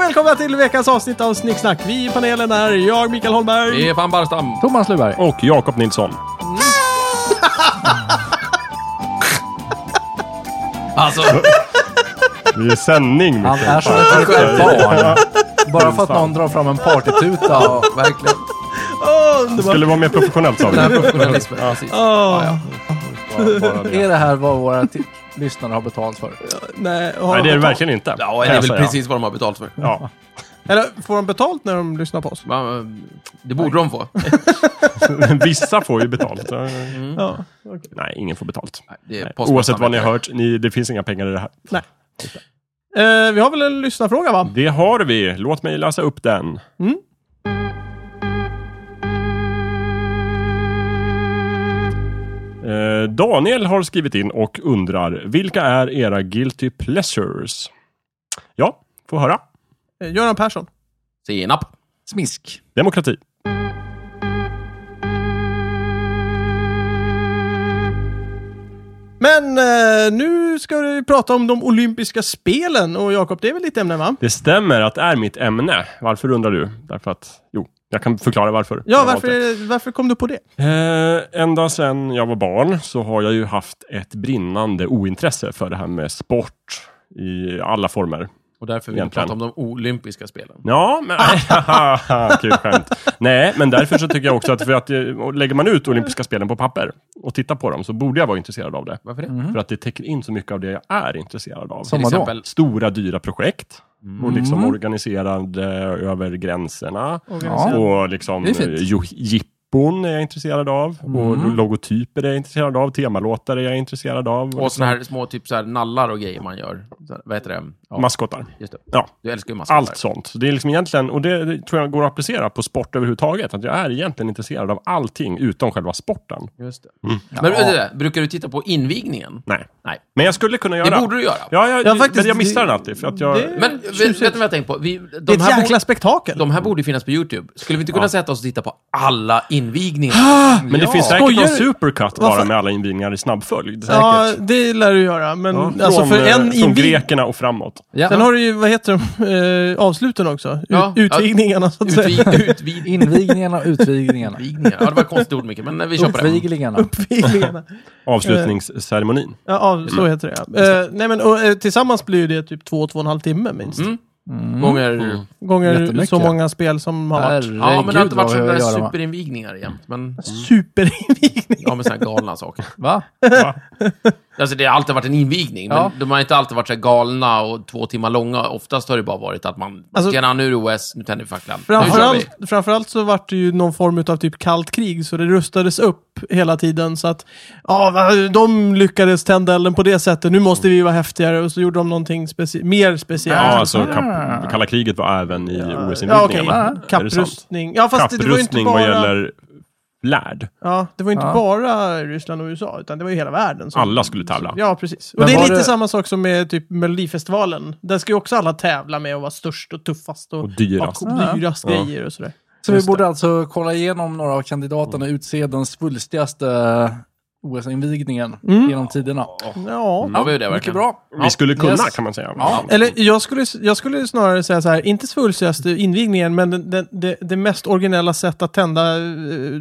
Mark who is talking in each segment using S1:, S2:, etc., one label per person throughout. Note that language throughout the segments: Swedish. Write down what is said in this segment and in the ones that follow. S1: välkomna till veckans avsnitt av Snicksnack. Vi i panelen är jag, Mikael Holmberg.
S2: Stefan Barstam.
S3: Thomas Luberg.
S4: Och Jakob Nilsson.
S2: Alltså,
S4: Vi är i sändning.
S3: Han är som ett litet barn. Bara för att någon drar fram en partytuta och verkligen...
S1: Åh, underbart.
S4: Skulle vara mer professionellt sa
S2: det här
S4: vi.
S2: är professionalism. Precis.
S1: Åh,
S2: Ja,
S4: Bara- bara det.
S3: Är det här vad våra t- lyssnare har betalt för?
S1: Nej, har de
S4: Nej, det är det
S1: betalt?
S4: verkligen inte.
S2: ja det
S4: kan
S2: är
S4: jag
S2: väl
S4: säga.
S2: precis vad de har betalt för.
S4: Ja.
S1: Eller får de betalt när de lyssnar på oss?
S2: Va, eh, Det borde de få.
S4: Vissa får ju betalt.
S1: Ja.
S4: Nej, ingen får betalt.
S2: Mm. Nej, det är
S4: Nej.
S2: postmassan
S4: Oavsett vad ni
S2: vet
S4: har
S2: jag.
S4: hört, ni, det finns inga pengar i det här.
S1: Eh, vi har väl en lyssnarfråga va?
S4: Det har vi. Låt mig läsa upp den.
S1: Mm.
S4: Eh, Daniel har skrivit in och undrar, vilka är era guilty pleasures? Ja, få höra.
S1: Eh, Göran Persson.
S2: Senap.
S3: Smisk.
S4: Demokrati.
S1: Men eh, nu ska vi prata om de olympiska spelen och Jakob, det är väl ditt ämne va?
S4: Det stämmer att det är mitt ämne. Varför undrar du? Därför att, jo, jag kan förklara varför. Jag
S1: Ja,
S4: har
S1: varför,
S4: valt
S1: är- varför kom du på det?
S4: det. Eh, ända sedan jag var barn så har jag ju haft ett brinnande ointresse för det här med sport i alla former.
S2: Och därför vill vi
S4: Egentligen.
S2: prata om de olympiska spelen.
S4: Ja, men... Kul skämt. Nej, men därför så tycker jag också att, för att eh, lägger man ut olympiska spelen på papper och tittar på dem så borde jag vara intresserad av det.
S2: Varför det?
S4: För att det täcker in så mycket av det jag är intresserad av.
S3: Mm. Som Mm.
S2: Till
S3: vadå?
S2: exempel,
S4: Stora dyra projekt och liksom organiserade över gränserna.
S3: Ja.
S4: Och liksom
S3: Det är fint. Mm.
S4: eh, jo- jippon är jag intresserad av. Och logotyper är jag intresserad av. Temalåtar är jag intresserad av.
S2: och såna här små typ så här nallar och grejer man gör. Så här, Vad heter det? Ja,
S4: Maskotar.
S2: just det.
S4: Ja.
S2: Du älskar ju maskar.
S4: Allt sånt. Så det är liksom egentligen, och det det tror jag går att applicera på sport överhuvudtaget. Att jag är egentligen intresserad av allting utom själva sporten.
S2: Just det. Men vet du det, brukar du titta på invigningen?
S4: Nej.
S2: Nej.
S4: Men jag skulle kunna göra.
S2: Det borde du göra.
S4: Ja, jag,
S1: Ja, faktiskt,
S4: men jag missar
S1: det-
S4: den alltid. För att jag,
S1: det-
S2: Men vet, vet ni vad jag tänkt på? Vi, de,
S1: det är ett
S2: här
S1: jäkla
S2: borde,
S1: spektakel.
S3: Mm.
S2: de här borde ju finnas på YouTube. Skulle vi inte kunna sätta oss och titta på alla invigningar?
S3: Ah,
S4: men det
S2: Ja.
S4: finns säkert
S1: Skojar
S4: någon
S1: du?
S4: supercut
S1: Varför?
S4: bara med alla invigningar i snabbföljd.
S1: ja,
S4: Säkert.
S1: det lär du göra. Men
S4: Ja,
S1: alltså för
S4: eh,
S1: en
S4: från
S1: invig...
S4: grekerna och framåt.
S3: Ja.
S1: Sen har du ju, vad heter de, eh, avsluten också. U-
S2: Ja, ja.
S1: Utvidgningarna så att säga.
S2: Utvi, utvid,
S3: Invigningarna och utvidningarna.
S2: invigningar. Ja, det var ett konstigt ord, Micke, men vi kör på det.
S3: Uppviglingarna.
S1: Uppviglingarna.
S4: Avslutningsceremonin.
S1: Ja, av, så heter det ja. Eh, nej men och, eh, tillsammans blir ju det typ två, två och en halv timme minst.
S2: Mm. Gånger...
S1: Gånger
S3: Jättemycket.
S1: så många spel som har varit.
S3: Herregud
S2: Ja, men det har inte varit
S3: vad vi
S2: sådana
S3: har
S2: där
S3: att göra med.
S2: superinvigningar jämt. Men,
S1: Superinvigning.
S2: ja, men sådana galna saker.
S3: Va?
S2: Alltså det har alltid varit en invigning,
S3: Ja.
S2: men de har inte alltid varit så här galna och två timmar långa. Oftast har det bara varit att man,
S1: Alltså-
S2: tjena nu är det OS, nu tänder vi facklan. Nu kör vi.
S1: Framförallt, framförallt så vart det ju någon form av typ kallt krig, så det rustades upp hela tiden. Så att, ja, va, de lyckades tända elden på det sättet, nu måste vi vara häftigare. Och så gjorde de någonting speci mer
S4: Ja,
S1: speciellt.
S4: alltså kap- kalla kriget var även i
S1: Ja, okej.
S4: OS-invigningarna. Är det sant?
S1: Kapprustning. Ja, fast det- det var ju inte
S4: Kapprustning
S1: bara...
S4: vad gäller lärd.
S1: Ja, det var ju inte
S3: Ja.
S1: bara Ryssland och USA, utan det var ju hela världen. som-
S4: Alla skulle tävla.
S1: Ja, precis. Och
S3: Men
S1: det är
S3: var
S1: lite
S3: det-
S1: samma sak som med typ Melodifestivalen. Där ska ju också alla tävla med och vara störst och tuffast och,
S4: Och dyrast.
S1: ha dyrast
S4: Ja.
S1: grejer och sådär.
S3: Så vi borde alltså kolla igenom några av kandidaterna och utse den svulstigaste OS-invigningen genom tiderna.
S1: Ja.
S2: Ja, Mm. vi gör det
S3: Mycket
S2: verkligen.
S3: bra.
S4: Vi skulle kunna
S3: Yes.
S4: kan man säga.
S3: Ja.
S1: Eller jag skulle, jag skulle snarare säga så här, inte svulstigaste invigningen, men den- den- det, det mest originella sättet att tända eh,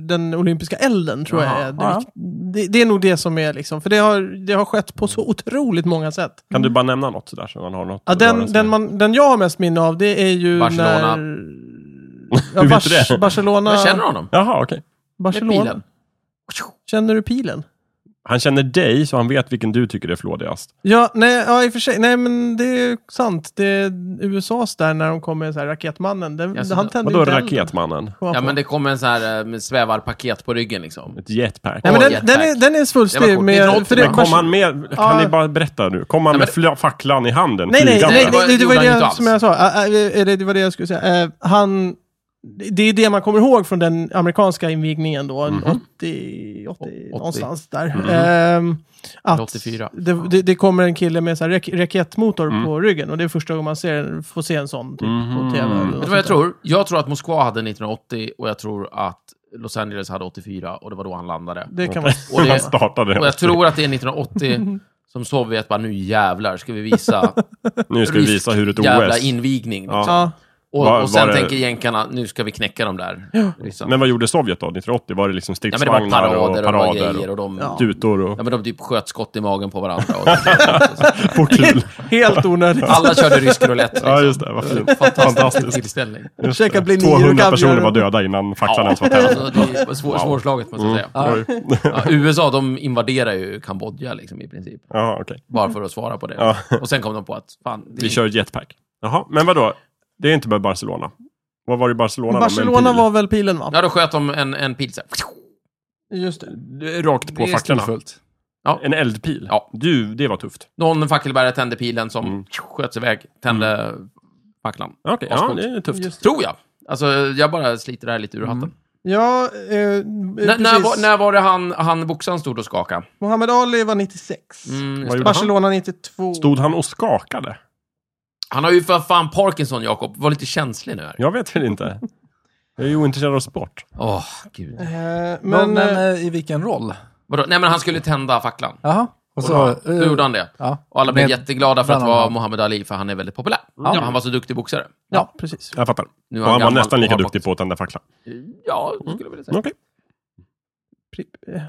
S1: den olympiska elden tror jag
S2: Jaha,
S1: är.
S3: ja.
S1: Det, det, det är nog det som är liksom, för det har, det har skett på så otroligt många sätt.
S4: Kan du bara nämna något sådär så man har något?
S1: Mm. Ja,
S4: att röra
S1: den,
S4: sig
S1: den,
S4: med?
S1: man, den jag har mest minne av, det är ju
S2: Barcelona.
S1: när... Ja,
S4: Hur vet
S1: Bars,
S4: du det?
S1: Barcelona.
S2: Jag
S3: Äh,
S2: känner honom.
S4: Jaha, okej.
S1: Barcelona.
S2: Med pilen.
S1: Känner du pilen?
S4: Han känner dig så han vet vilken du tycker är flådigast.
S1: Ja, nej, ja, i och för sig. Nej, men det är sant. Det är USAs där när de kom med så här raketmannen. Den,
S2: Jaså,
S1: han tände
S4: Vadå
S1: inte elden.
S4: raketmannen?
S1: Kom jag
S2: Ja,
S1: på.
S2: men det kom en sån här eh, med svävarpaket på ryggen liksom.
S4: Ett jetpack.
S1: Nej, men
S2: Åh,
S1: den, den, är,
S2: jetpack.
S1: den är
S2: Det var
S1: svulstig.
S2: coolt.
S1: med-
S2: Det är dråpligt,
S1: för det-
S2: men
S4: Kom han med, kan
S1: Ja.
S4: ni bara berätta nu? Kom han
S2: Ja,
S4: med
S2: men-
S4: fla- facklan i handen?
S1: Nej, nej,
S4: flygande?
S1: nej,
S2: det
S1: nej, det, det
S2: gjorde
S1: var
S2: han inte
S1: det
S2: alls.
S1: som jag sa. Ä- ä- Eller det var det jag skulle säga. Eh, Han... Det är det man kommer ihåg från den amerikanska invigningen då,
S2: Mhm.
S1: 80, 80,
S2: 80.
S1: någonstans där.
S4: Mhm.
S1: Ehm, att
S2: 84.
S1: Det, det, det kommer en kille med så här rak- raketmotor
S2: Mm.
S1: på ryggen och det är första gången man ser, får se en sån typ, på
S4: Mhm.
S1: tv. eller
S4: Vet du
S1: något
S2: Vet du
S1: sånt
S2: vad jag
S1: där.
S2: tror? Jag tror att Moskva hade 1980 och jag tror att Los Angeles hade 84 och det var då han landade.
S1: Det kan vara...
S2: Och,
S4: Han
S2: det,
S4: startade.
S2: och jag tror att det är 1980 som Sovjet bara, nu jävlar ska vi visa
S4: Nu ska vi visa hur ett
S2: jävla
S4: OS...
S2: invigning.
S4: Ja.
S2: Liksom.
S1: Ja.
S2: Och,
S4: Var-
S2: och sen
S4: var det-
S2: tänker jänkarna, nu ska vi knäcka dem där. Liksom.
S4: Men vad gjorde Sovjet då, 1980? Var det liksom
S2: ja, men det var
S4: stridsvagnar
S2: parader och,
S4: och parader
S2: grejer
S4: och,
S2: och de...
S1: Ja.
S2: Ja.
S4: tutor och...
S2: men de typ sköt skott i magen på varandra. Och
S4: Portkul.
S1: Helt onödigt.
S2: alla körde rysk roulette. Liksom.
S4: Ja, just det. Vad fint.
S2: Fantastisk
S4: Fantastiskt.
S2: tillställning.
S1: Käka blir nio och
S4: 200
S1: kaviar
S4: personer
S1: och-
S4: var döda innan faxan ens var tänd.
S2: Alltså, det är svår, svårslaget, måste jag säga.
S4: Mm. Oj.
S2: Ja, USA, de invaderar ju Kambodja liksom, i princip.
S4: Jaha, okej.
S2: Bara för att svara på det.
S4: Ja.
S2: Och sen kom de på att, fan, det
S4: Vi kör jetpack. Jaha, men vadå? Det är inte bara Barcelona. Vad var det i Barcelona då? Med en
S1: Barcelona
S4: pil?
S1: var väl pilen va?
S2: Ja, då sköt de en, en pil så här.
S1: Just det.
S4: Rakt på
S3: Det är
S4: facklarna.
S3: stilfullt.
S4: En eldpil?
S2: Ja.
S4: Du, det var tufft.
S2: Någon fackelbärare tände pilen som
S4: Mm.
S2: sköts iväg, tände facklan.
S4: Okej, ja,
S2: Ascoolt.
S4: det är tufft. Mm.
S1: Just det.
S2: Tror jag. Alltså, jag bara sliter det här lite ur hatten.
S1: Ja, eh,
S2: N- när, var,
S1: precis.
S2: när var det han, han boxaren stod och skakade?
S1: Mohammed Ali var 96.
S2: Mm, just
S4: Vad
S2: det.
S4: gjorde han?
S1: Barcelona 92.
S4: Stod han och skakade?
S2: han har ju för fan Parkinson, Jakob. Var lite känslig nu här.
S4: Jag vet väl inte. Jag är ju ointresserad av sport.
S2: Åh, gud.
S1: Eh,
S3: Men,
S1: men eh,
S3: eh, i vilken roll?
S2: Vadå? Nej, men han skulle tända facklan.
S3: Jaha. Och så,
S2: Då
S3: eh,
S2: gjorde han det.
S3: ja.
S2: Och alla blev
S3: Med-
S2: jätteglada för att det
S3: bland
S2: var
S3: annat.
S2: Muhammad Ali, för han är väldigt populär.
S3: Ja.
S2: Ja, han var så duktig boxare.
S1: ja, precis.
S4: Jag fattar.
S2: Nu är
S4: Och han var
S2: gammal Mm.
S4: nästan
S2: och
S4: lika
S2: har
S4: duktig på att tända facklan.
S2: Parkinson. Ja, det skulle jag vilja säga.
S4: Okej.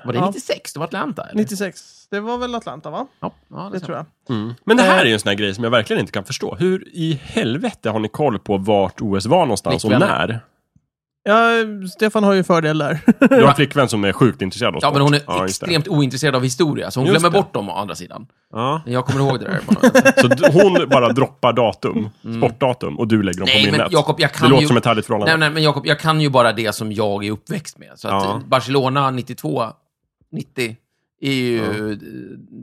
S2: Var det
S1: eh, Ja.
S2: 96? Det var Atlanta, eller?
S1: 96. Det var väl Atlanta va?
S2: Ja, ja,
S1: Det tror jag.
S4: Men det här är ju en sån här grej som jag verkligen inte kan förstå. Hur i helvete har ni koll på vart OS var någonstans och
S2: Flickvänner.
S4: när?
S1: Ja, Stefan har ju fördel där.
S4: Du har en flickvän som är sjukt intresserad av sport.
S2: Ja, men hon är
S4: just det.
S2: extremt ointresserad av historia, så hon
S4: Just
S2: glömmer
S4: det.
S2: bort dem å andra sidan.
S4: Ja.
S2: Men Jag kommer ihåg det där. på något sätt.
S4: Så d- hon bara droppar datum, sportdatum, och du lägger dem på
S2: nej, men
S4: minnet.
S2: Jakob, jag
S4: det
S2: kan
S4: låter
S2: ju...
S4: som ett härligt förhållande.
S2: nej, nej, men Jakob, jag kan ju bara det som jag är uppväxt med. Så att
S4: Ja.
S2: Barcelona 92, 90, är ju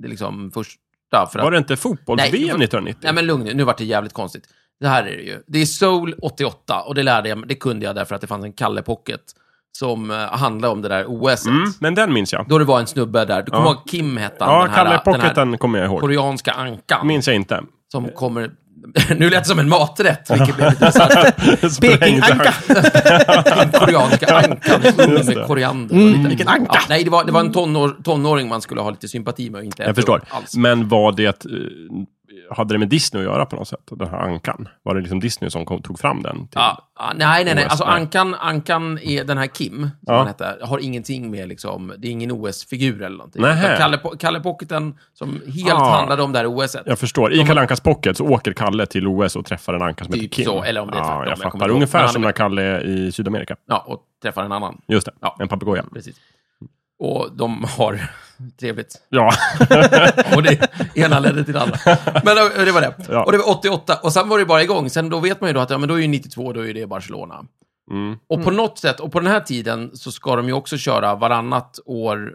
S2: det liksom första. För att...
S4: Var det inte fotbolls-VM
S2: Nej,
S4: 1990?
S2: Nej, men lugn nu. Nu vart det jävligt konstigt. Det här är det ju. Det är Soul 88 och det lärde jag mig- Det kunde jag därför att det fanns en Kalle Pocket som eh, handlade om det där OS.
S4: Mm, men den minns jag.
S2: Då det var en snubbe där. Du kommer
S4: Ja.
S2: ihåg Kim hette han,
S4: Ja,
S2: den här,
S4: Kalle
S2: den här
S4: Pocketen kommer jag ihåg.
S2: koreanska ankan
S4: Minns jag inte.
S2: som kommer... nu lät det som en maträtt, vilket blev lite bisarrt.
S4: Sprängde han.
S2: Den koreanska ankan
S4: Just
S2: med
S4: det. Mm.
S2: koriander. och lite. Vilken anka! Ja, nej, det var, det var en tonår, tonåring man skulle ha lite sympati med och inte
S4: Jag förstår.
S2: Alls.
S4: Men var det... eh, Hade det med Disney att göra på något sätt? Den här ankan? Var det liksom Disney som kom, tog fram den? till-
S2: Ja, ja, nej, nej, nej.
S4: OS,
S2: Alltså,
S4: nej.
S2: Ankan, Ankan är den här Kim, som
S4: Ja.
S2: han hette, har ingenting med liksom, det är ingen OS-figur eller någonting.
S4: Nähä.
S2: Utan Kalle, Po- Kalle Pocketen, som helt
S4: Ah.
S2: handlade om det här OSet.
S4: Jag förstår. I Kalle Ankas pocket så åker Kalle till OS och träffar en anka som
S2: Typ
S4: heter Kim.
S2: så, eller om det är tvärtom,
S4: ja,
S2: jag kommer
S4: jag fattar.
S2: inte ihåg. Men
S4: Ungefär
S2: han
S4: som
S2: är-
S4: när Kalle är i Sydamerika.
S2: Ja, och träffar en annan.
S4: Just det,
S2: Ja.
S4: en papegoja.
S2: Precis. Och de har trevligt.
S4: Ja,
S2: Och det ena ledde till det andra. Men eh, det var det.
S4: Ja.
S2: Och det var 88. Och sen var det bara igång. Sen då vet man ju då att ja, men då är ju 92, då är det Barcelona.
S4: mm.
S2: Och på något sätt, och på den här tiden så ska de ju också köra varannat år.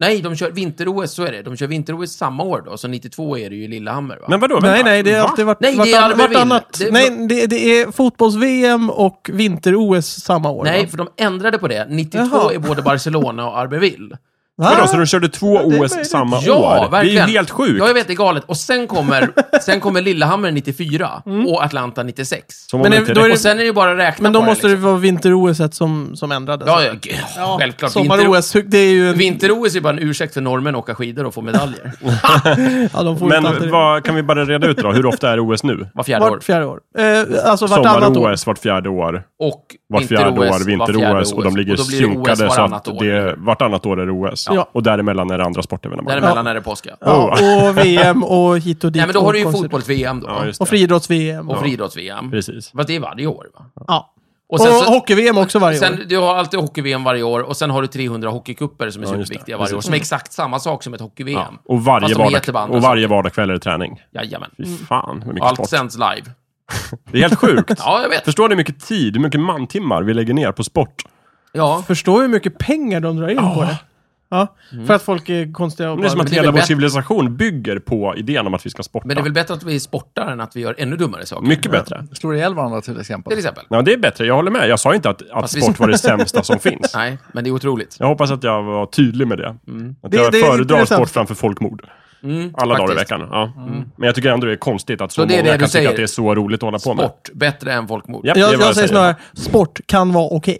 S2: Nej, de kör vinter-OS, så är det. De kör vinter-OS samma år då, så 92 är det ju Lillehammer va?
S4: men vadå?
S1: Nej,
S4: Vänta.
S1: nej, det har
S4: Va?
S1: alltid varit
S2: Nej, det är
S1: vartann-
S2: Albertville.
S1: vartannat.
S2: Det-
S1: Nej, det, det är fotbolls-VM och vinter-OS samma år.
S2: Nej,
S1: va?
S2: för de ändrade på det. 92
S1: Jaha.
S2: är både Barcelona och Arberville.
S1: Va?
S4: Vadå, så de körde två
S1: det är
S4: OS
S1: möjligt.
S4: samma
S2: Ja,
S4: år?
S2: verkligen.
S4: Det är ju helt sjukt.
S2: Ja, jag vet, det är galet. Och sen kommer, sen kommer Lillehammer 94 och Atlanta 96.
S4: Som om
S1: Men
S4: det
S1: det-
S4: inte
S1: då Mm. är
S4: räcker.
S2: Och sen är det ju bara att räkna
S1: Men då
S2: på
S1: måste
S2: det.
S1: det
S2: Liksom.
S1: vara vinter-OS som, som ändrades.
S2: Ja, ja, g- självklart. Vinter-
S1: Sommar-OS, det är ju... En,
S2: Vinter-OS är bara en ursäkt för norrmän att åka skidor och få
S1: ja,
S2: medaljer.
S1: de får inte alltid
S4: Men
S1: det.
S4: vad, kan vi bara reda ut då? Hur ofta är OS nu?
S2: Var fjärde år.
S1: Vart fjärde år. Eh, alltså vartannat år.
S4: Sommar-OS vart fjärde år.
S2: Och
S4: Vart fjärde
S2: vinter-OS,
S4: år, vinter-OS och de ligger
S2: då blir det
S4: synkade
S2: OS
S4: så
S2: varannat
S4: att
S2: år.
S4: det är, vartannat år är OS.
S1: Ja.
S4: Och däremellan är det andra sportevenemang.
S2: Däremellan är det påska.
S1: Ja,
S4: Oh.
S1: och VM och hit och dit.
S2: Nej, men då
S1: och
S2: har du ju
S1: konser-
S2: fotbolls-VM då.
S4: Ja, just det.
S1: Och friidrotts-VM.
S2: och friidrotts-VM.
S4: Precis.
S2: Fast det är varje år, va?
S1: Ja.
S2: Och
S1: Och,
S2: sen så-
S1: hockey-VM också varje år.
S2: Sen, du har alltid hockey-VM varje år och sen har du 300 hockeykupper som är
S4: Ja, just det.
S2: superviktiga varje år,
S4: Precis.
S2: som är exakt samma sak som ett hockey-VM.
S4: Ja. Och, varje
S2: Fast de heter bara
S4: vardag,
S2: andra
S4: och varje vardagkväll är det träning.
S2: Jajamän.
S4: Fy
S1: Mm.
S4: fan, hur mycket
S2: Allt
S4: sport.
S2: sänds live.
S4: Det är helt sjukt.
S2: Ja, jag vet.
S4: Förstår ni hur mycket tid, hur mycket mantimmar vi lägger ner på sport?
S2: Ja.
S1: Förstår hur mycket pengar de drar in på det. Ja, för att folk är konstiga och
S4: Men det är som
S1: bara...
S4: att
S2: det är väl
S4: hela vår
S2: bättre-
S4: civilisation bygger på idén om att vi ska sporta.
S2: Men det är väl bättre att vi sportar än att vi gör ännu dummare saker?
S4: Mycket bättre.
S3: Slår ihjäl varandra till exempel.
S2: Till exempel.
S4: Ja, det är bättre. Jag håller med. Jag sa inte att, att
S2: Fast vi-
S4: sport var det sämsta som finns.
S2: Nej, men det är otroligt.
S4: Jag hoppas att jag var tydlig med det. Att
S1: Det-
S4: jag
S1: det är inte
S4: föredrar
S1: det
S4: sport
S1: sämsta.
S4: framför folkmord.
S2: Mm,
S4: Alla dagar i
S2: faktiskt. Mm.
S4: veckan. Ja. Men jag tycker ändå det är konstigt att så,
S2: Så det är
S4: många
S2: det du
S4: kan tycka
S2: säger?
S4: att det är så roligt att hålla på med.
S2: Sport, bättre än folkmord.
S4: Japp, det är
S1: Jag,
S4: vad
S1: jag säger snarare, sport kan vara okej.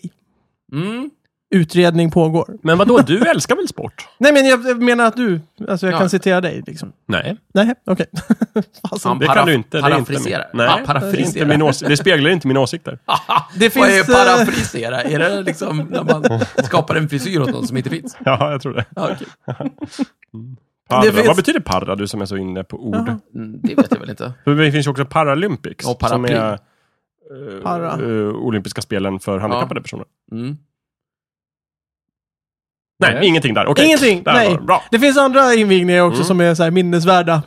S2: Mm.
S1: Utredning pågår.
S4: Men vadå, du älskar väl sport?
S1: Nej, men jag jag menar att du... Alltså jag
S2: Ja.
S1: kan citera dig liksom.
S4: Nej.
S1: Nej, okej. Fasen.
S2: Han
S4: Det kan
S2: paraf-
S4: du inte. Det, är inte min,
S2: parafriserar.
S4: nej,
S2: Han
S4: det, är inte
S2: parafriserar.
S4: min ås- det speglar inte mina åsikter.
S1: Det
S2: Vad är
S1: finns, eh,
S2: parafrisera? Är det liksom när man skapar en frisyr åt någon som inte finns?
S4: Ja, jag tror det.
S2: Ja, okej.
S4: Parra.
S1: Det finns-
S4: Vad betyder parra, du som är så inne på ord?
S1: Jaha.
S2: Mm, Det vet jag väl inte.
S4: För det finns ju också Paralympics.
S2: Och paraply.
S4: Som är eh,
S1: Para.
S4: eh, olympiska spelen för handikappade personer.
S2: Mm.
S4: Nej,
S3: Nej.
S4: ingenting där. Okej.
S1: Ingenting,
S4: Där
S1: nej.
S4: var det. Bra.
S1: Det finns andra invigningar också
S4: Mm.
S1: som är så här minnesvärda.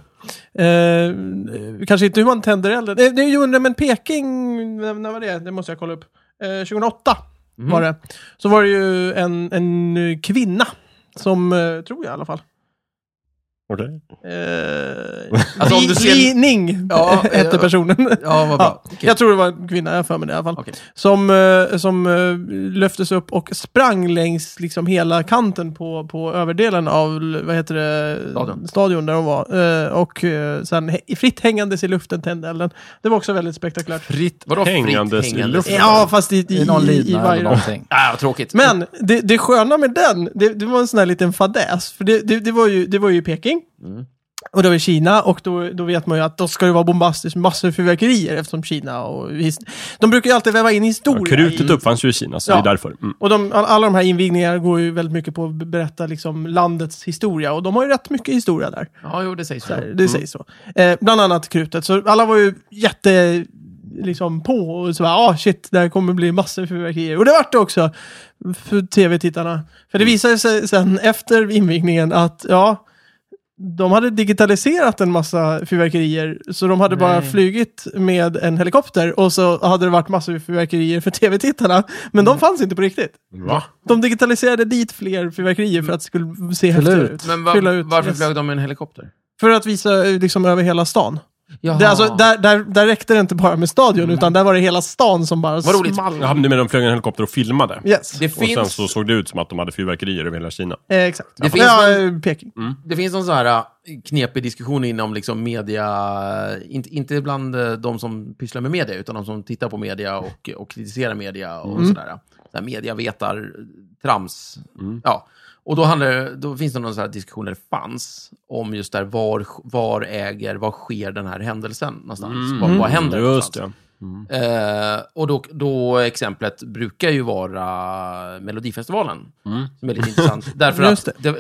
S1: Eh, kanske inte hur man tänder elden. Eh, Det är ju undrar, men Peking, när när var det? Det måste jag kolla upp. Eh, 2008
S2: Mm.
S1: var det. Så var det ju en, en eh, kvinna som, eh, tror jag i alla fall,
S4: Okej.
S1: eh,
S2: Alltså, om
S1: Li-
S2: du ser-
S1: Li Ning
S2: Ja, eh,
S1: hette personen.
S2: Ja, vad bra.
S1: Ja,
S2: Okej.
S1: jag tror det var en kvinna, jag har för mig det i alla fall.
S2: Okej.
S1: Som, eh, som eh, lyftes upp och sprang längs liksom hela kanten på, på överdelen av, l- vad heter det,
S2: Stadion.
S1: stadion där hon var. Eh, och eh, sen he- fritt hängandes i luften tände elden. Det var också väldigt spektakulärt.
S3: Fritt
S2: Vadå fritt
S4: Hängandes i luften?
S1: Ja, fast i, i,
S3: i någon
S1: i, i
S3: lina eller
S1: varje
S3: någonting.
S2: Ah, vad tråkigt.
S1: men det, det sköna med den, det, det var en sån här liten fadäs. För det, det, det, var, ju, det var ju i Peking.
S2: Mm.
S1: Och det var i Kina och då, då vet man ju att då ska det vara bombastiskt massor av fyrverkerier eftersom Kina och... his- De brukar ju alltid väva in
S4: Ja,
S1: historia. i-
S4: krutet uppfanns ju i Kina, så
S1: Ja.
S4: det är därför. Mm.
S1: Och de, all- alla de här invigningarna går ju väldigt mycket på att berätta liksom landets historia och de har ju rätt mycket historia där.
S2: Ja, Mm. jo, det sägs
S1: Så här, det
S2: så.
S1: sägs så. Eh, bland annat krutet. Så alla var ju jätte liksom på och så bara, ah shit, det här kommer bli massor av fyrverkerier. Och det vart det också för tv-tittarna. För det
S2: Mm.
S1: visade sig sen efter invigningen att, ja, de hade digitaliserat en massa fyrverkerier, så de hade bara
S2: Nej.
S1: flugit med en helikopter och så hade det varit massor av fyrverkerier för tv-tittarna. Men
S2: Mm.
S1: de fanns inte på riktigt.
S4: Va?
S1: De digitaliserade dit fler fyrverkerier för att det skulle se
S3: Fylla
S1: häftigare
S3: ut.
S1: ut.
S2: Men va,
S1: Fylla ut,
S2: varför
S1: yes.
S2: flög de med en helikopter?
S1: För att visa eh, liksom över hela stan.
S2: Jaha.
S1: Det, alltså, där, där, där räckte det inte bara med stadion, utan där var det hela stan som bara
S2: Mm. Vad roligt.
S1: small.
S4: Ja, men du menar de flög en helikopter och filmade?
S1: Yes,
S2: det
S4: Och sen
S2: finns,
S4: så såg det ut som att de hade fyrverkerier över hela Kina.
S1: eh, exakt.
S2: Det finns Mm.
S1: ja,
S2: en-
S1: eh, Peking.
S2: det finns någon sån här äh, knepig diskussion inom liksom media, inte, inte bland äh, de som pysslar med media, utan de som tittar på media och, och kritiserar media
S4: Mm.
S2: och sådär. Sådär mediavetar, trams.
S4: Mm.
S2: Ja. Och då, handlar, det- då finns det någon sån här diskussion, där det fanns, om just där var, var äger, var sker den här händelsen någonstans? Mm. Vad, vad händer någonstans?
S4: Mm. Just det.
S2: Eh, och då, då exemplet brukar ju vara Melodifestivalen. Som är lite intressant. Därför
S1: Just
S2: att det.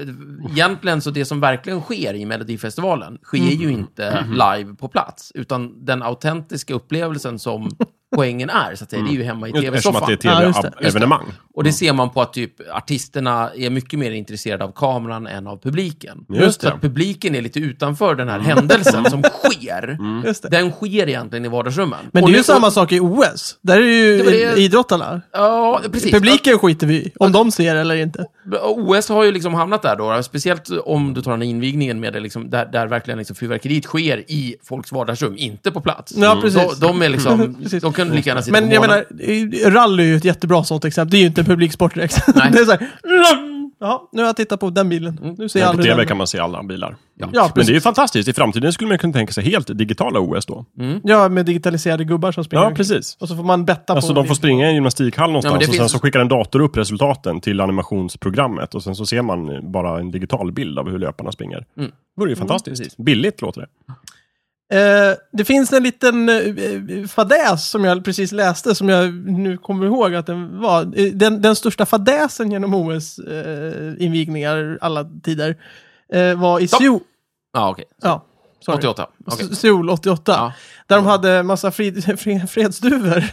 S2: egentligen så det som verkligen sker i Melodifestivalen sker ju inte live på plats. Utan den autentiska upplevelsen som poängen är, så att säga, det är ju hemma i
S4: Eftersom att
S2: tv-soffan.
S4: det är
S1: Ja,
S4: ett
S1: just det.
S4: tv-evenemang.
S2: Och det ser man på att typ artisterna är mycket mer intresserade av kameran än av publiken.
S4: Just
S2: så
S4: det.
S2: att publiken är lite utanför den här händelsen som sker.
S1: Just det.
S2: Den sker egentligen i vardagsrummen.
S1: Men
S2: Och
S1: det är
S2: nu-
S1: ju samma sak i OS. Där är
S2: Det
S1: ju
S2: var det-
S1: idrottarna.
S2: Ja, precis.
S1: Publiken skiter vi i, om de ser eller inte.
S2: OS har ju liksom hamnat där då, speciellt om du tar den här invigningen med det, liksom, där, där verkligen liksom fyrverkeriet sker i folks vardagsrum, inte på plats. Mm.
S1: Ja, precis.
S2: De, de är liksom,
S1: Precis.
S2: de kan lika gärna sitta
S1: Men
S2: på
S1: jag
S2: månen.
S1: menar, eh, rally är ju ett jättebra sånt exempel. Det är ju inte en publiksport direkt.
S2: Nej. Mm.
S1: det är så här, ja, nu har jag tittat på den bilen. Nu ser jag
S4: Men på
S1: aldrig
S4: tv
S1: den.
S4: kan man se alla bilar.
S1: Ja,
S4: Men
S1: precis.
S4: det är ju fantastiskt. I framtiden skulle man kunna tänka sig helt digitala OS då.
S2: Mm.
S1: Ja, med digitaliserade gubbar som springer
S4: Ja,
S1: omkring.
S4: precis.
S1: Och så får man betta
S4: Alltså
S1: på...
S4: de får springa i en gymnastikhall
S2: Ja, men
S4: någonstans
S2: det
S4: och sen
S2: finns-
S4: så skickar en dator upp resultaten till animationsprogrammet och sen så ser man bara en digital bild av hur löparna springer.
S2: Mm.
S4: Det vore ju fantastiskt. Billigt låter det.
S1: Eh, det finns en liten eh, fadäs som jag precis läste, som jag nu kommer ihåg att den var. Eh, Den, den största fadäsen genom OS-invigningar alla tider eh, var i
S2: Stopp.
S1: Seoul.
S2: Ja, okej.
S1: Ja, sorry.
S2: 88. Okej.
S1: S- Seoul 88.
S2: Ja.
S1: Där de hade massa frid, fred, fredsduvor.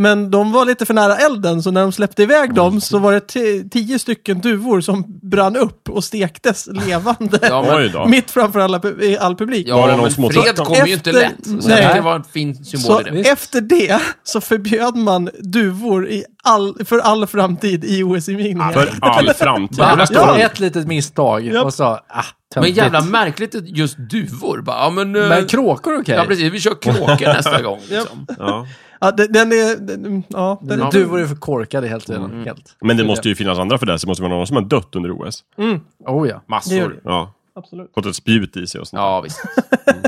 S1: Men de var lite för nära elden, så när de släppte
S2: Mm.
S1: iväg dem så var det ti- tio stycken duvor som brann upp och stektes levande.
S2: Ja, men-
S4: Oj då.
S1: Mitt framför alla, pu- all publik.
S2: Ja,
S4: Var det någon
S2: men
S4: som
S2: fred
S4: åt-
S2: kommer ju inte
S1: Efter-
S2: lätt. Så
S1: Nej.
S2: det var en
S1: Så
S2: fin symbol i det.
S3: Visst.
S1: efter det så förbjöd man duvor i all, för all framtid i OS-invigningen.
S4: För all framtid.
S2: Va?
S3: Det
S4: Nästa
S3: var
S4: år.
S3: ett litet misstag och så, ah,
S2: Men
S3: töntigt.
S2: jävla märkligt att just duvor. Bara, ja, men, eh,
S3: Men kråkor är okej.
S2: ja, precis. Vi kör kråkor nästa gång. Liksom.
S4: Ja.
S1: Ja, den, den är... Den, mm, ja, den,
S2: Ja.
S3: Du var ju för korkad helt tiden. Helt.
S4: Men det måste ju finnas andra för det. Så det måste vara någon som har dött under OS.
S3: Oh ja.
S1: det gör
S2: Massor.
S1: det.
S4: Ja.
S1: Absolut.
S4: Fått ett spjut i sig och sånt.
S2: Ja, visst. Ja, Mm.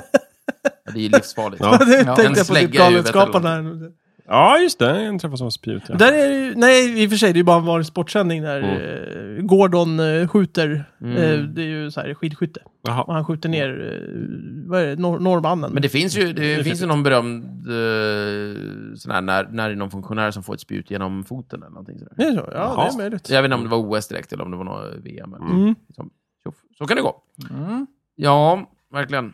S2: Det är ju livsfarligt.
S4: Ja.
S1: Det
S3: Ja,
S1: tänkte
S2: en
S1: jag på typ
S2: slägga i huvudet eller
S1: Galenskaparna.
S4: Ja, just det. En träffas av spjut. Ja.
S1: Där är det ju, nej, i och för sig, det är ju bara en vanlig sportsändning där
S2: Mm.
S1: eh, Gordon eh, skjuter. Eh, det är ju så här skidskytte. Och
S4: Jaha.
S1: han skjuter ner, eh, vad är det, nor- norrmannen.
S2: Men det finns ju, det finns ju någon berömd eh, sån här, när, när det är någon funktionär som får ett spjut genom foten eller någonting sådär.
S1: det är så? Ja,
S2: Jaha.
S1: det är möjligt.
S2: Jag vet inte om det var OS direkt eller om det var något VM. Eller,
S1: Mm.
S2: liksom, tjoff. så kan det gå.
S3: Mm.
S2: Ja, verkligen.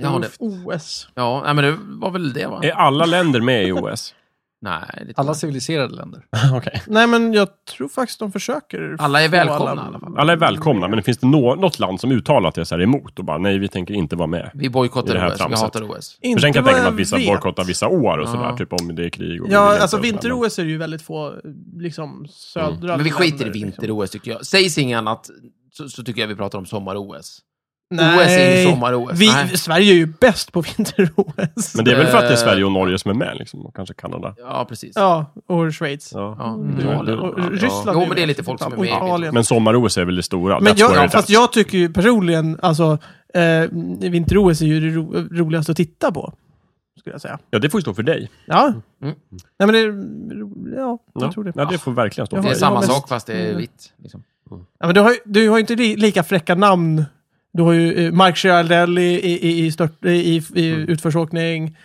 S2: Ja, det,
S1: OS.
S2: ja nej, men det var väl det va?
S4: Är alla länder med i OS?
S2: Nej, det tror
S3: Alla
S2: jag.
S3: civiliserade länder.
S4: Okej.
S1: Nej, men jag tror faktiskt de försöker.
S2: alla är
S1: få
S2: välkomna i alla fall.
S4: Alla är välkomna, men finns det nå- något land som uttalat är så här emot och bara nej, vi tänker inte vara med?
S2: Vi
S4: I det här
S2: bojkottar OS, vi
S4: tramset.
S2: hatar OS.
S1: Inte
S4: För sen kan jag
S1: vad
S4: tänka mig
S1: jag
S4: att vissa
S1: vet.
S4: bojkottar vissa år och
S2: Ja.
S4: sådär, typ om det är krig och
S1: Ja,
S4: militär
S1: alltså
S4: och sådär.
S1: vinter-OS är det ju väldigt få liksom,
S4: Mm.
S1: södra
S2: Men vi skiter i
S1: länder, liksom.
S2: vinter-OS tycker jag. Sägs inget annat så, så tycker jag vi pratar om sommar-OS.
S1: Nej.
S2: OS är ju sommar-OS.
S1: Vi,
S2: Nej.
S1: Sverige är ju bäst på vinter-OS.
S4: Men det är väl för att det är Sverige och Norge som är med, liksom, och kanske Kanada.
S2: Ja, precis.
S1: Ja, och Schweiz.
S4: Ja.
S2: Ja,
S1: Mm.
S2: Italien.
S1: Och
S2: Ja.
S1: Ryssland ju
S2: Jo, men det är
S1: med.
S2: lite folk som är
S1: Och
S2: med.
S1: Italien.
S4: Men sommar-OS är väl det stora?
S1: Men
S4: That's
S1: jag,
S4: where
S1: ja,
S4: it
S1: fast
S4: is.
S1: jag tycker ju personligen, alltså, eh, vinter-OS är ju det ro roligaste att titta på. Skulle jag säga.
S4: Ja, det får ju stå för dig.
S1: Ja.
S2: Mm.
S1: Nej men det, ja, jag
S4: Ja.
S1: tror det.
S4: Ja, det får verkligen stå
S1: Jag
S4: för
S1: har-
S2: Det är
S4: dig.
S2: samma
S1: mest-
S2: sak fast det är vitt. Liksom.
S1: Ja, men du, har, ju- du har ju inte li lika fräcka namn. Du har ju eh, Mark Ciardelli i, i, i, stört, i, i, i utförsåkning.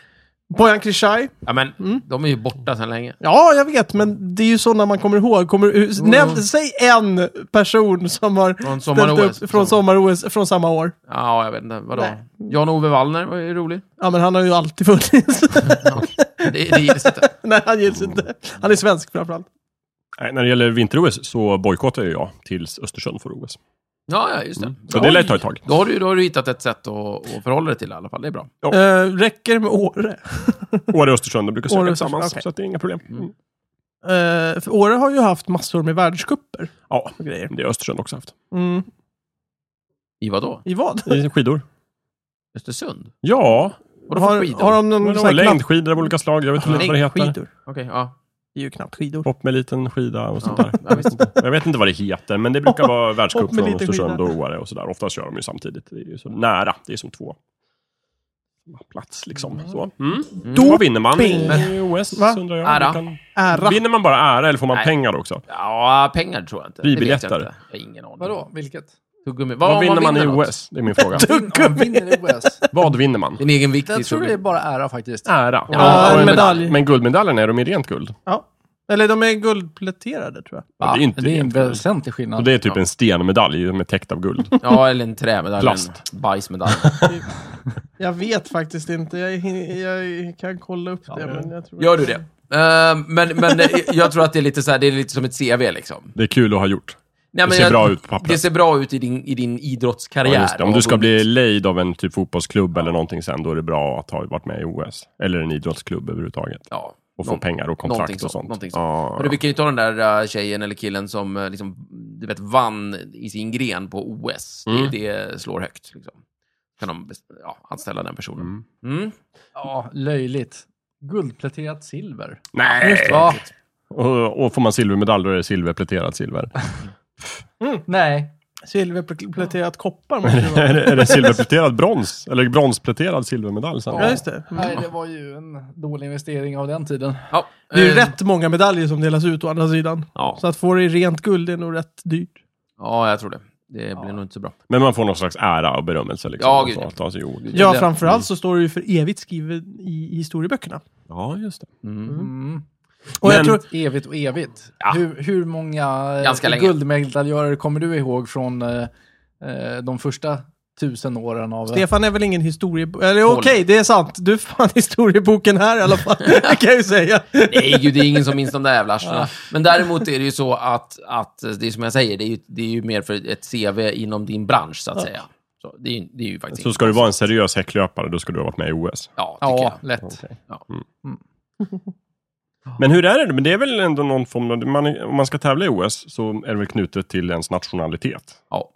S1: Bojan Krishaj.
S2: Ja, men de är ju borta sedan länge.
S1: Ja, jag vet, men det är ju sådana man kommer ihåg. Kommer, mm. nämn, säg en person som har
S2: Från
S1: ställt
S2: sommar-OS.
S1: upp från sommar-OS från samma år.
S2: Ja, jag vet inte. Vadå?
S1: Nej.
S2: Jan-Ove Wallner var ju rolig.
S1: Ja, men han har ju alltid funnits.
S2: Det, det gills inte.
S1: Nej, han gills inte. Han är svensk framförallt.
S4: Nej, när det gäller vinter-OS så bojkottar ju jag tills Östersund får OS.
S2: Ja, ja, just det.
S4: Så det lär ta ett tag.
S2: Då har, du, då har du hittat ett sätt att, att förhålla dig till i alla fall. Det är bra.
S4: Ja.
S1: Eh, räcker med Åre.
S4: Åre och Östersund, de brukar
S1: Åre
S4: söka
S1: och
S4: tillsammans,
S1: Östersund, okej.
S4: så att det är inga problem. Mm.
S1: Eh, för Åre har ju haft massor med världscuper
S4: Ja,
S1: och grejer.
S4: det har Östersund också haft.
S1: Mm.
S2: I vadå?
S1: I Mm, vad?
S4: I skidor.
S2: Östersund?
S4: Ja,
S2: Vadå för
S1: har,
S2: skidor?
S1: har de
S4: men
S1: någon
S4: det
S1: sån
S4: var
S1: här knapp-
S4: längdskidor av olika slag. Jag vet inte vad det heter.
S1: Längdskidor?
S2: Okej, ja.
S1: Det är ju knappt skidor.
S4: Hopp med liten skida och sånt
S2: ja.
S4: där.
S2: ja visst.
S4: Jag vet inte vad det heter, men det brukar vara
S1: Hopp
S4: världscup
S1: med
S4: från
S1: liten
S4: Östersund
S1: skida.
S4: och Åre E och sådär. Oftast kör de ju samtidigt. Det är ju så nära. Det är som två plats liksom. Så. Mm. Vad vinner man
S1: Doping.
S4: i OS?
S1: Va?
S4: Undrar
S2: Ära.
S4: jag. Kan...
S1: Ära.
S4: Vinner man bara ära eller får man
S2: Nej.
S4: pengar också?
S2: Ja, pengar tror jag inte. Det vet
S4: Fribiljetter.
S2: Jag, inte. jag har ingen aning.
S3: Vadå? Vilket?
S2: Tuggummi. Vad,
S4: Vad
S2: om
S4: vinner man, i
S2: något?
S4: OS? Det är min fråga.
S3: Om vi vinner i OS.
S4: Vad vinner man?
S2: Din egen vikt
S3: Jag tror det är bara ära faktiskt.
S4: Ära.
S2: Ja,
S4: Och
S1: en
S4: en
S1: medalj.
S4: Men guldmedaljerna, är de i rent guld?
S1: Ja. Eller de är guldpläterade tror jag.
S4: Ja, det är inte
S3: Det är en
S4: rent guld.
S3: väsentlig
S4: Så
S3: skillnad.
S4: det är typ en stenmedalj som är täckt av guld.
S2: Ja, eller en trämedalj.
S4: Plast.
S2: En bajsmedalj.
S1: Jag vet faktiskt inte. Jag, hin- jag kan kolla upp det. Men jag tror
S2: Gör du det? Ehm, men men eh, jag tror att det är lite så här, det är lite som ett CV liksom.
S4: Det är kul att ha gjort.
S2: Nej, men
S4: ser
S2: jag-
S4: bra ut på pappret.
S2: Det ser bra ut i din, i din
S4: Ja,
S2: idrottskarriär.
S4: just det. Om
S2: och
S4: du ska bli
S2: vunnit.
S4: lejd av en typ fotbollsklubb eller någonting sen, då är det bra att ha varit med i OS. Eller en idrottsklubb överhuvudtaget.
S2: Ja.
S4: Och få
S2: någon-
S4: pengar och
S2: någonting
S4: kontrakt och
S2: sånt,
S4: sånt.
S2: någonting sånt.
S4: Ja,
S2: Hörru, vi kan ju ta den där eh, tjejen eller killen som eh, liksom, du vet, vann i sin gren på OS.
S4: Mm.
S2: Det, det slår högt. Liksom. Kan de best- ja, anställa den personen.
S4: Mm.
S2: Mm.
S3: Ja, löjligt. Guldpläterat silver.
S4: Nej!
S3: Ja,
S4: Och, och får man silvermedalj, då är det silverpläterat silver.
S3: nej.
S1: Silverpläterat koppar måste det vara.
S4: är, det, är det silverpläterad brons? Eller bronspläterad silvermedalj sen?
S1: Ja, just det. Mm.
S3: Nej, det var ju en dålig investering av den tiden.
S2: Ja,
S1: Det är ju
S2: eh,
S1: rätt många medaljer som delas ut å andra sidan.
S2: Ja.
S1: Så att få det i rent guld är nog rätt dyrt.
S2: ja, jag tror det. Det blir nog inte så bra.
S4: Men man får någon slags ära och berömmelse. Liksom,
S2: Ja, gud,
S4: Så
S2: ja.
S4: att ta sig ord.
S1: Ja,
S3: det-
S2: Mm.
S1: framförallt så står det ju för evigt skrivet i historieböckerna.
S4: Ja, just det.
S3: Mm.
S1: Och jag
S4: Men-
S1: tror...
S3: Evigt och evigt.
S2: Ja.
S3: Hur, hur många eh,
S2: Ganska länge.
S3: guldmedaljörer kommer du ihåg från eh, eh, de första tusen åren av...
S1: Stefan är väl ingen historiebok... Eller okej,
S2: Håll.
S1: det är sant. Du är fan historieboken här i alla fall. det kan jag ju säga.
S2: Nej, gud, det är ingen som minns de där jävla arslena. Men däremot är det ju så att, att det är som jag säger, det är, ju, det är ju mer för ett CV inom din bransch, så att säga. Så det, är, ju- det är ju faktiskt...
S4: Så ska du vara en seriös häcklöpare, då ska du ha varit med i OS.
S2: Ja, tycker
S3: Ja, lätt.
S4: Men hur är det? Men det är väl ändå någon form av, man, är- om man ska tävla i OS så är det väl knutet till ens nationalitet?
S2: Ja.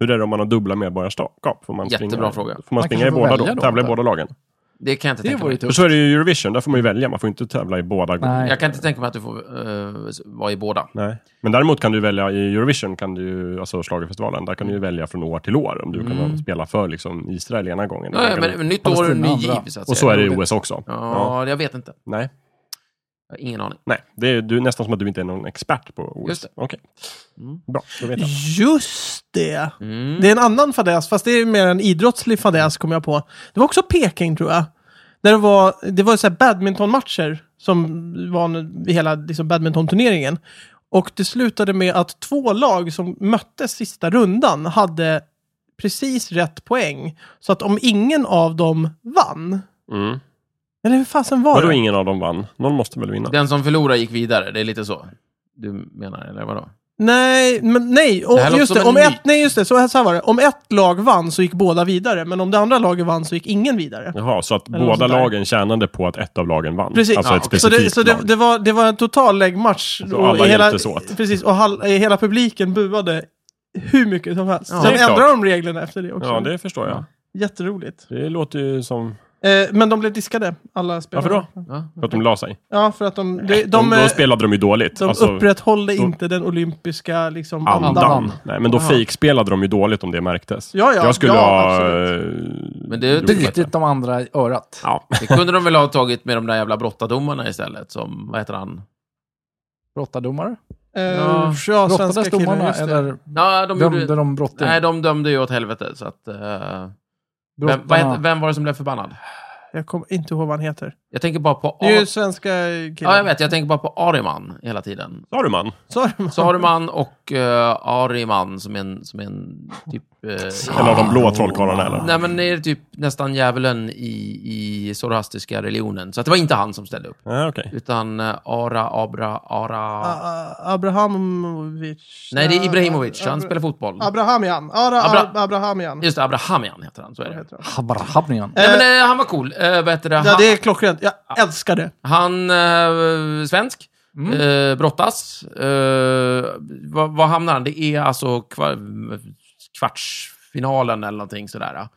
S4: Hur är det om man har dubbla medborgarskap? Får man
S2: Jättebra
S4: springa,
S2: fråga.
S4: Får man
S3: Man
S4: springa i
S3: kanske får
S4: båda
S3: välja
S4: då?
S3: då,
S4: Tävla i
S3: inte?
S4: båda lagen?
S2: Det kan jag inte
S3: Det
S2: tänka
S3: vore
S2: mig.
S3: ju
S4: Och
S3: tufft.
S4: så är det ju Eurovision, där får man ju välja. Man får ju inte tävla i båda.
S3: Nej.
S2: Jag kan inte tänka mig att du får eh, vara i båda.
S4: Nej. Men däremot kan du välja, i Eurovision, kan du, alltså schlagerfestivalen, där kan du ju välja från år till år. Om du kan spela för liksom, Israel ena gången.
S2: Ja, ja,
S4: Eller-
S2: men, men nytt år
S3: Palestina
S2: och ny
S3: andra.
S2: giv, så att
S4: och
S2: säga.
S4: så är det i OS också. Ja.
S2: Ja, jag vet inte.
S4: Nej,
S2: Jag har ingen aning.
S4: nej. Det är, du är nästan som att du inte är någon expert på OS.
S2: Just det.
S4: Okej.
S1: Mm.
S4: Bra, då vet jag.
S1: Just det!
S2: Mm.
S1: Det är en annan fadäs, fast det är mer en idrottslig fadäs kom jag på. Det var också Peking tror jag. Där det var, det var så här badmintonmatcher som var en- i hela liksom, badmintonturneringen. Och det slutade med att två lag som möttes sista rundan hade precis rätt poäng. Så att om ingen av dem vann,
S4: Mm.
S1: eller hur fasen var
S4: Vadå
S1: det?
S4: ingen av dem vann? Någon måste väl vinna?
S2: Den som förlorar gick vidare, det är lite så. Du menar, eller vadå?
S1: Nej, men nej, och
S2: Det här låter
S1: just
S2: som
S1: det,
S2: en
S1: om
S2: myt.
S1: ett, nej just det, så här, så här var det. Om ett lag vann så gick båda vidare, men om det andra laget vann så gick ingen vidare.
S4: Jaha, så att
S1: något
S4: båda
S1: sånt där.
S4: lagen tjänade på att ett av lagen vann?
S1: Precis.
S4: Alltså
S2: Ja,
S4: ett
S2: okej.
S1: Så
S4: specifikt
S1: det, så det,
S4: lag.
S1: det, var, det var en total läggmatch.
S4: Så alla
S1: i
S4: hjälptes åt.
S1: Precis, och hall, i hela publiken buade hur mycket som helst.
S2: Ja,
S1: Sen
S4: det är
S1: ändrade
S4: klart.
S1: de reglerna efter det också.
S4: Ja, det förstår jag.
S1: Jätteroligt.
S4: Det låter ju som...
S1: Eh, men de blev diskade, alla spelare.
S4: Varför
S1: då?
S2: Ja.
S4: För att de la sig.
S1: Ja, för att de... De, de,
S4: De,
S1: eh,
S4: då spelade de ju dåligt.
S1: de
S4: alltså,
S1: upprätthåller
S4: då-
S1: inte den olympiska liksom,
S4: andan.
S1: andan.
S3: Andan.
S4: Nej, men då
S2: Aha.
S4: fejkspelade de ju dåligt om det märktes.
S1: Ja, ja,
S4: jag skulle
S1: ja,
S4: ha...
S1: absolut.
S4: eh,
S2: Men det-
S4: gjort
S2: det-
S4: bättre.
S3: Bitit de andra i örat.
S4: Ja.
S2: Det kunde de väl ha tagit med de där jävla brottadomarna istället, som, vad heter han?
S3: Brottardomare?
S1: Eh,
S2: Ja.
S1: ja, svenska
S3: Brottades
S1: killar,
S3: domarna
S1: just det.
S3: eller
S2: Ja, de
S3: dömde
S2: gjorde...
S3: de brottingen?
S2: Nej, de dömde ju åt helvete, så att... eh, vem, vad
S3: Brottarna-
S2: heter, vem var det som blev förbannad?
S1: Jag kommer inte ihåg vad han heter.
S2: Jag tänker bara på...
S1: Det är ju
S2: Ar-
S1: svenska killar.
S2: ja, jag vet. Jag tänker bara på Ariman hela tiden.
S4: Sa du man?
S1: Sorry, man.
S2: Saruman och eh, Ariman som är en, som är en typ... eh,
S4: En av de blå trollkarlarna eller?
S2: Nej, men det är typ nästan djävulen i, i zoroastriska religionen. Så att det var inte han som ställde upp.
S4: Ja, okej.
S2: Utan eh, Ara, Abra, Ara...
S1: A- A- Abrahamovic.
S2: Nej, det är Ibrahimovic. Han
S1: eh, Abra-
S2: spelar fotboll.
S1: Mm. Abrahamian. Ara
S2: Abra-
S1: Abra- Abrahamian.
S2: Just det, Abrahamian heter han. Så är det.
S1: Heter han.
S3: Ah, Habrahabnian.
S2: Nej, men, eh, han var cool. Eh, vad heter det? Han,
S1: Ja, det är klockrent. Jag älskar det.
S2: han eh, svensk.
S1: Mm.
S2: Eh, brottas. Eh, vad, vad hamnar han? Det är alltså kvar, kvartsfinalen eller någonting sådär.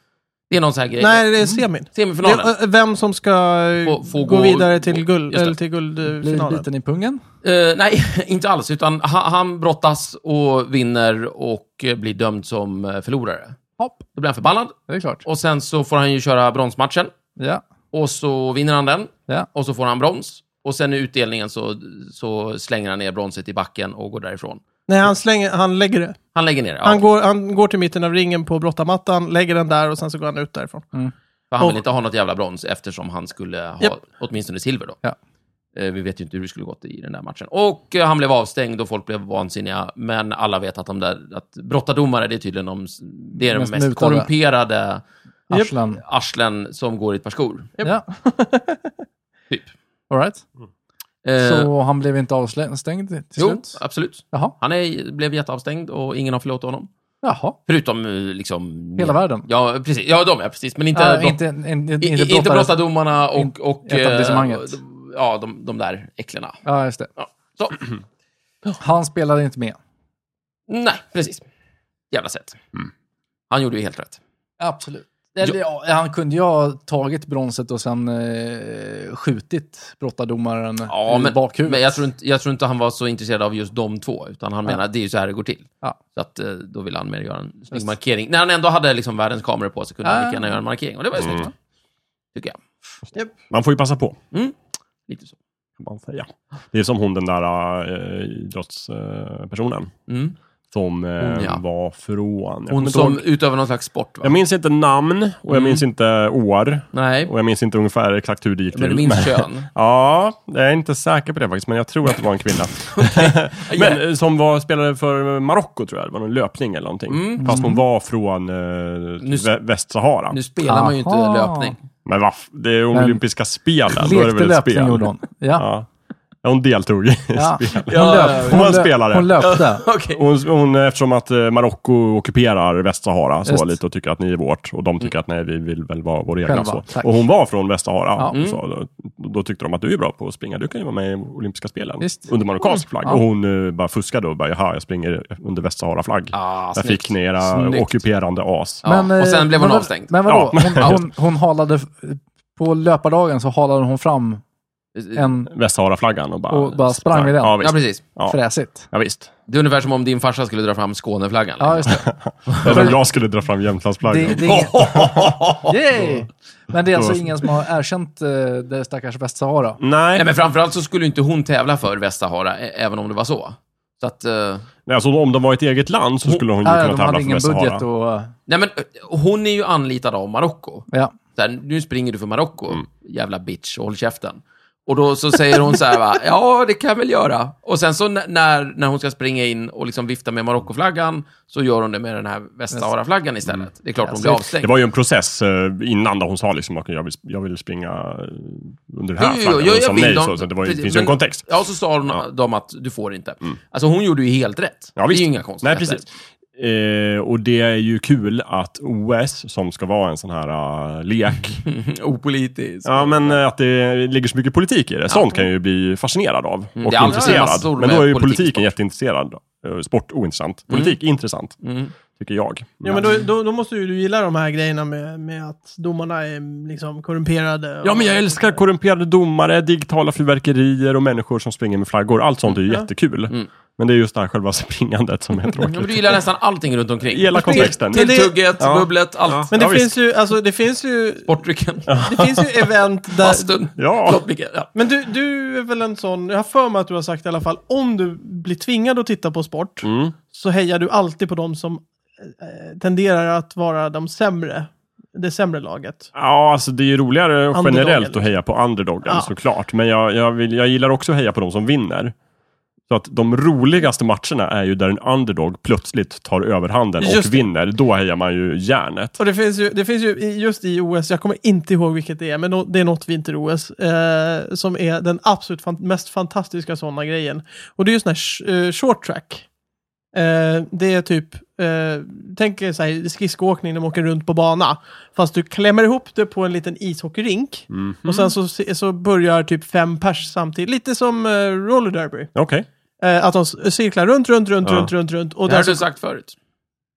S2: Det är någon sån här grej.
S1: Nej, det är semin.
S2: Semifinalen.
S1: Det- Vem som ska eh,
S2: Få- få
S1: gå
S2: gå-
S1: vidare till, guld,
S2: just det.
S1: eller till
S3: Blir
S1: guldfinalen.
S3: biten i pungen?
S2: Eh, nej, inte alls. Utan han, han brottas och vinner och eh, blir dömd som eh, förlorare.
S3: Hopp.
S2: Då blir han förbannad.
S3: Det är klart.
S2: Och sen så får han ju köra bronsmatchen.
S3: Ja.
S2: Och så vinner han den.
S3: Ja.
S2: Och så får han brons. Och sen i utdelningen så, så slänger han ner bronset i backen och går därifrån.
S1: Nej, han, slänger, han lägger det.
S2: Han lägger ner det. Ja,
S1: Han, går, han går till mitten av ringen på brottarmattan, lägger den där och sen så går han ut därifrån.
S2: för han
S1: och-
S2: vill inte ha något jävla brons eftersom han skulle ha
S1: Japp.
S2: åtminstone silver då.
S3: Ja.
S2: Eh, Vi vet ju inte hur det skulle gått i den där matchen. Och eh, han blev avstängd och folk blev vansinniga. Men alla vet att de där, att brottardomare, det är tydligen de, det är de
S3: Mest
S2: mest
S3: mutade.
S2: korrumperade
S1: Japp.
S3: Arslen.
S2: arslen som går i ett par skor.
S3: Ja.
S2: Typ.
S3: All right.
S2: Eh,
S3: Så han blev inte avstängd till
S2: jo,
S3: slut?
S2: absolut.
S3: Jaha.
S2: Han är, blev jätteavstängd och ingen har förlåtit honom.
S3: Jaha.
S2: Förutom eh, liksom...
S3: Hela världen?
S2: Ja, precis. Ja, de är precis. Men inte,
S3: Ja,
S2: brott,
S3: inte, inte, inte,
S2: i- i-
S3: inte
S2: inte,
S3: brottare.
S2: brottardomarna och...
S3: In-
S2: och
S3: etablissemanget.
S2: eh, de- ja, de, de där äcklena.
S3: Ja, just det.
S2: Så.
S3: Han spelade inte med.
S2: Nej, precis. Jävla sätt. Han gjorde ju helt rätt.
S3: Absolut. Eller, ja, han kunde ju ha tagit bronset och sen eh, skjutit brottardomaren
S2: Ja,
S3: i
S2: men,
S3: bakhuvudet.
S2: men jag, tror inte, jag tror inte han var så intresserad av just de två, utan han menar det är ju så här det går till.
S3: Ja.
S2: Så att, eh, då ville han mer göra en snygg
S3: Just.
S2: markering. När han ändå hade liksom världens kameror på sig kunde han
S3: Ah.
S2: lika gärna göra en markering. Och det var ju snyggt,
S4: Mm.
S2: va? tycker jag.
S4: Man får ju passa på.
S2: Lite så.
S4: Kan man säga. Det är som hon den där eh, idrottspersonen.
S2: Mm.
S4: Som eh,
S2: Hon, ja.
S4: var från... Jag kommer
S2: Hon
S4: inte
S2: som Mm.
S4: ihåg-
S2: utövar någon slags sport, va?
S4: Jag minns inte namn och jag minns inte år.
S2: Nej,
S4: Och jag minns inte ungefär exakt hur det gick
S2: men du
S4: till.
S2: minns kön.
S4: Ja, jag är inte säker på det faktiskt, men jag tror att det var en kvinna. men eh, som var, spelade för Marocko, tror jag. Det var någon löpning eller någonting.
S2: Mm.
S4: Fast hon var från eh, vä- Västsahara.
S2: Nu spelar man ju inte
S3: Aha.
S2: löpning.
S4: Men va? Det är
S3: Men-
S4: olympiska spelen. Då är det
S3: Lekte
S4: väl ett spel?
S3: löpning gjorde hon. Ja.
S4: Ja. Ja, hon deltog i
S3: Ja.
S4: spel.
S3: Hon, löp,
S4: Hon var en
S3: löp-
S4: spelare.
S3: hon löpte.
S2: Okej.
S4: Hon, hon, eftersom att eh, Marocko ockuperar Västsahara så
S3: Just. Mm.
S4: lite och tycker att ni är vårt och de tycker att nej, vi vill väl vara vår egna.
S3: Själva,
S4: Så.
S3: tack.
S4: Och hon var från Västsahara.
S3: Ja. mm.
S4: och Så, då, då tyckte de att du är bra på att springa, du kan ju vara med i olympiska spelen
S3: Visst.
S4: under marockansk flagg.
S3: Ja.
S4: Och hon eh, bara fuskade och bara, jaha, jag springer under Västsahara-flagg.
S2: Ah,
S4: jag
S2: snyggt.
S4: fick ni era
S2: Snyggt.
S4: ockuperande as.
S2: Ja, och
S3: eh,
S2: sen blev hon
S3: men-
S2: avstängd.
S3: Men vadå?
S4: Ja.
S3: Hon, hon, hon halade eh, på löpardagen så halade hon fram en
S4: Västsahara-flaggan och bara...
S3: och bara sprang med den.
S4: Ja,
S2: Ja,
S4: visst.
S2: precis.
S4: Ja,
S3: Fräsigt.
S4: ja, visst.
S2: Det är ungefär som om din farsa skulle dra fram Skåneflaggan. liksom.
S3: Ja, just det.
S4: Eller om jag skulle dra fram Jämtlandsflaggan.
S3: det, det är inget... Yay! Men det är alltså ingen som har erkänt eh, det stackars Västsahara.
S4: Nej,
S2: Nej, men framförallt så skulle ju inte hon tävla för Västsahara, ä- även om det var så. Så att... eh,
S4: Nej, alltså om de var ett eget land så skulle hon ju
S3: Nej,
S4: kunna
S3: Äh, de
S4: tävla
S3: hade
S4: för
S3: ingen
S4: Västsahara.
S3: budget och... eh,
S2: nej, men eh, hon är ju anlitad av Marocko.
S3: Ja.
S2: Så här, nu springer du för Marocko,
S4: Mm.
S2: jävla bitch, och håll käften. Och då så säger hon så här, va, ja, det kan jag väl göra. Och sen så n- när, när hon ska springa in och liksom vifta med Marockoflaggan, så gör hon det med den här Västsahara-flaggan istället. Det är klart hon blir avstängd.
S4: Mm. Det var ju en process eh, innan där hon sa liksom att jag vill, jag vill springa eh, under den här
S2: Jo, jo, jo, jag
S4: flaggan. Hon sa
S2: vill
S4: nej,
S2: dem.
S4: så, så det var ju,
S2: Precis,
S4: finns ju en
S2: men-
S4: kontext. Mm.
S2: Ja, så sa hon dem att du får inte. Alltså hon gjorde ju helt rätt.
S4: Ja,
S2: det är
S4: visst.
S2: ju inga konstigheter.
S4: Nej, precis. Eh, och det är ju kul att OS, som ska vara en sån här eh, lek,
S2: Opolitiskt.
S4: ja, men, eh, att det ligger så mycket politik i det. Sånt kan jag ju bli fascinerad av och
S2: Mm, det är alltid massor
S4: intresserad. Men då är
S2: med
S4: ju
S2: politik i
S4: politiken
S2: sport.
S4: jätteintresserad. Eh, Sport ointressant. Politik intressant,
S2: Mm.
S4: tycker jag.
S1: Ja, men då, då, då måste ju du gilla de här grejerna med, med att domarna är liksom korrumperade. och-
S4: Ja, men jag älskar korrumperade domare, digitala fyrverkerier och människor som springer med flaggor. Allt sånt är ju jättekul.
S2: Mm.
S4: Men det är just det här själva springandet som är
S2: Ja, men du
S4: tråkigt.
S2: gillar nästan allting runt omkring.
S4: Hela kontexten.
S1: Men det-
S2: Tilltugget,
S4: Ja.
S2: bubblet, allt.
S1: Men det
S4: Ja,
S1: finns
S4: visst.
S1: ju, alltså det finns ju,
S2: Sportdrycken,
S1: det finns ju event där...
S2: bastun,
S4: Ja.
S2: flottblicken. Ja.
S1: Men du, du är väl en sån, jag har för mig att du har sagt i alla fall, om du blir tvingad att titta på sport
S4: Mm.
S1: så hejar du alltid på de som eh, tenderar att vara de sämre, det sämre laget.
S4: Ja, alltså det är ju roligare
S1: Underdog,
S4: generellt
S1: eller?
S4: att heja på underdogen
S1: Ja.
S4: såklart. Men jag, jag, vill, jag gillar också att heja på de som vinner. Så att de roligaste matcherna är ju där en underdog plötsligt tar överhanden och
S1: Just det.
S4: vinner. Då hejar man ju järnet.
S1: Och det finns ju, det finns ju i- just i OS, jag kommer inte ihåg vilket det är, men nå- det är något vinter-OS, eh, som är den absolut fan, mest fantastiska sådana grejen. Och det är ju sån här sh- eh, short track. Eh, det är typ, eh, tänk er så här skridskoåkning när man åker runt på bana. Fast du klämmer ihop det på en liten ishockeyrink.
S4: Mhm.
S1: Och sen så, se- så börjar typ fem pers samtidigt. Lite som eh, roller derby.
S4: Okej.
S1: Eh, att de s- cirklar runt, runt, runt,
S4: Ja.
S1: runt, runt, runt. Och
S2: Det
S1: där
S2: har
S1: så,
S2: du sagt förut.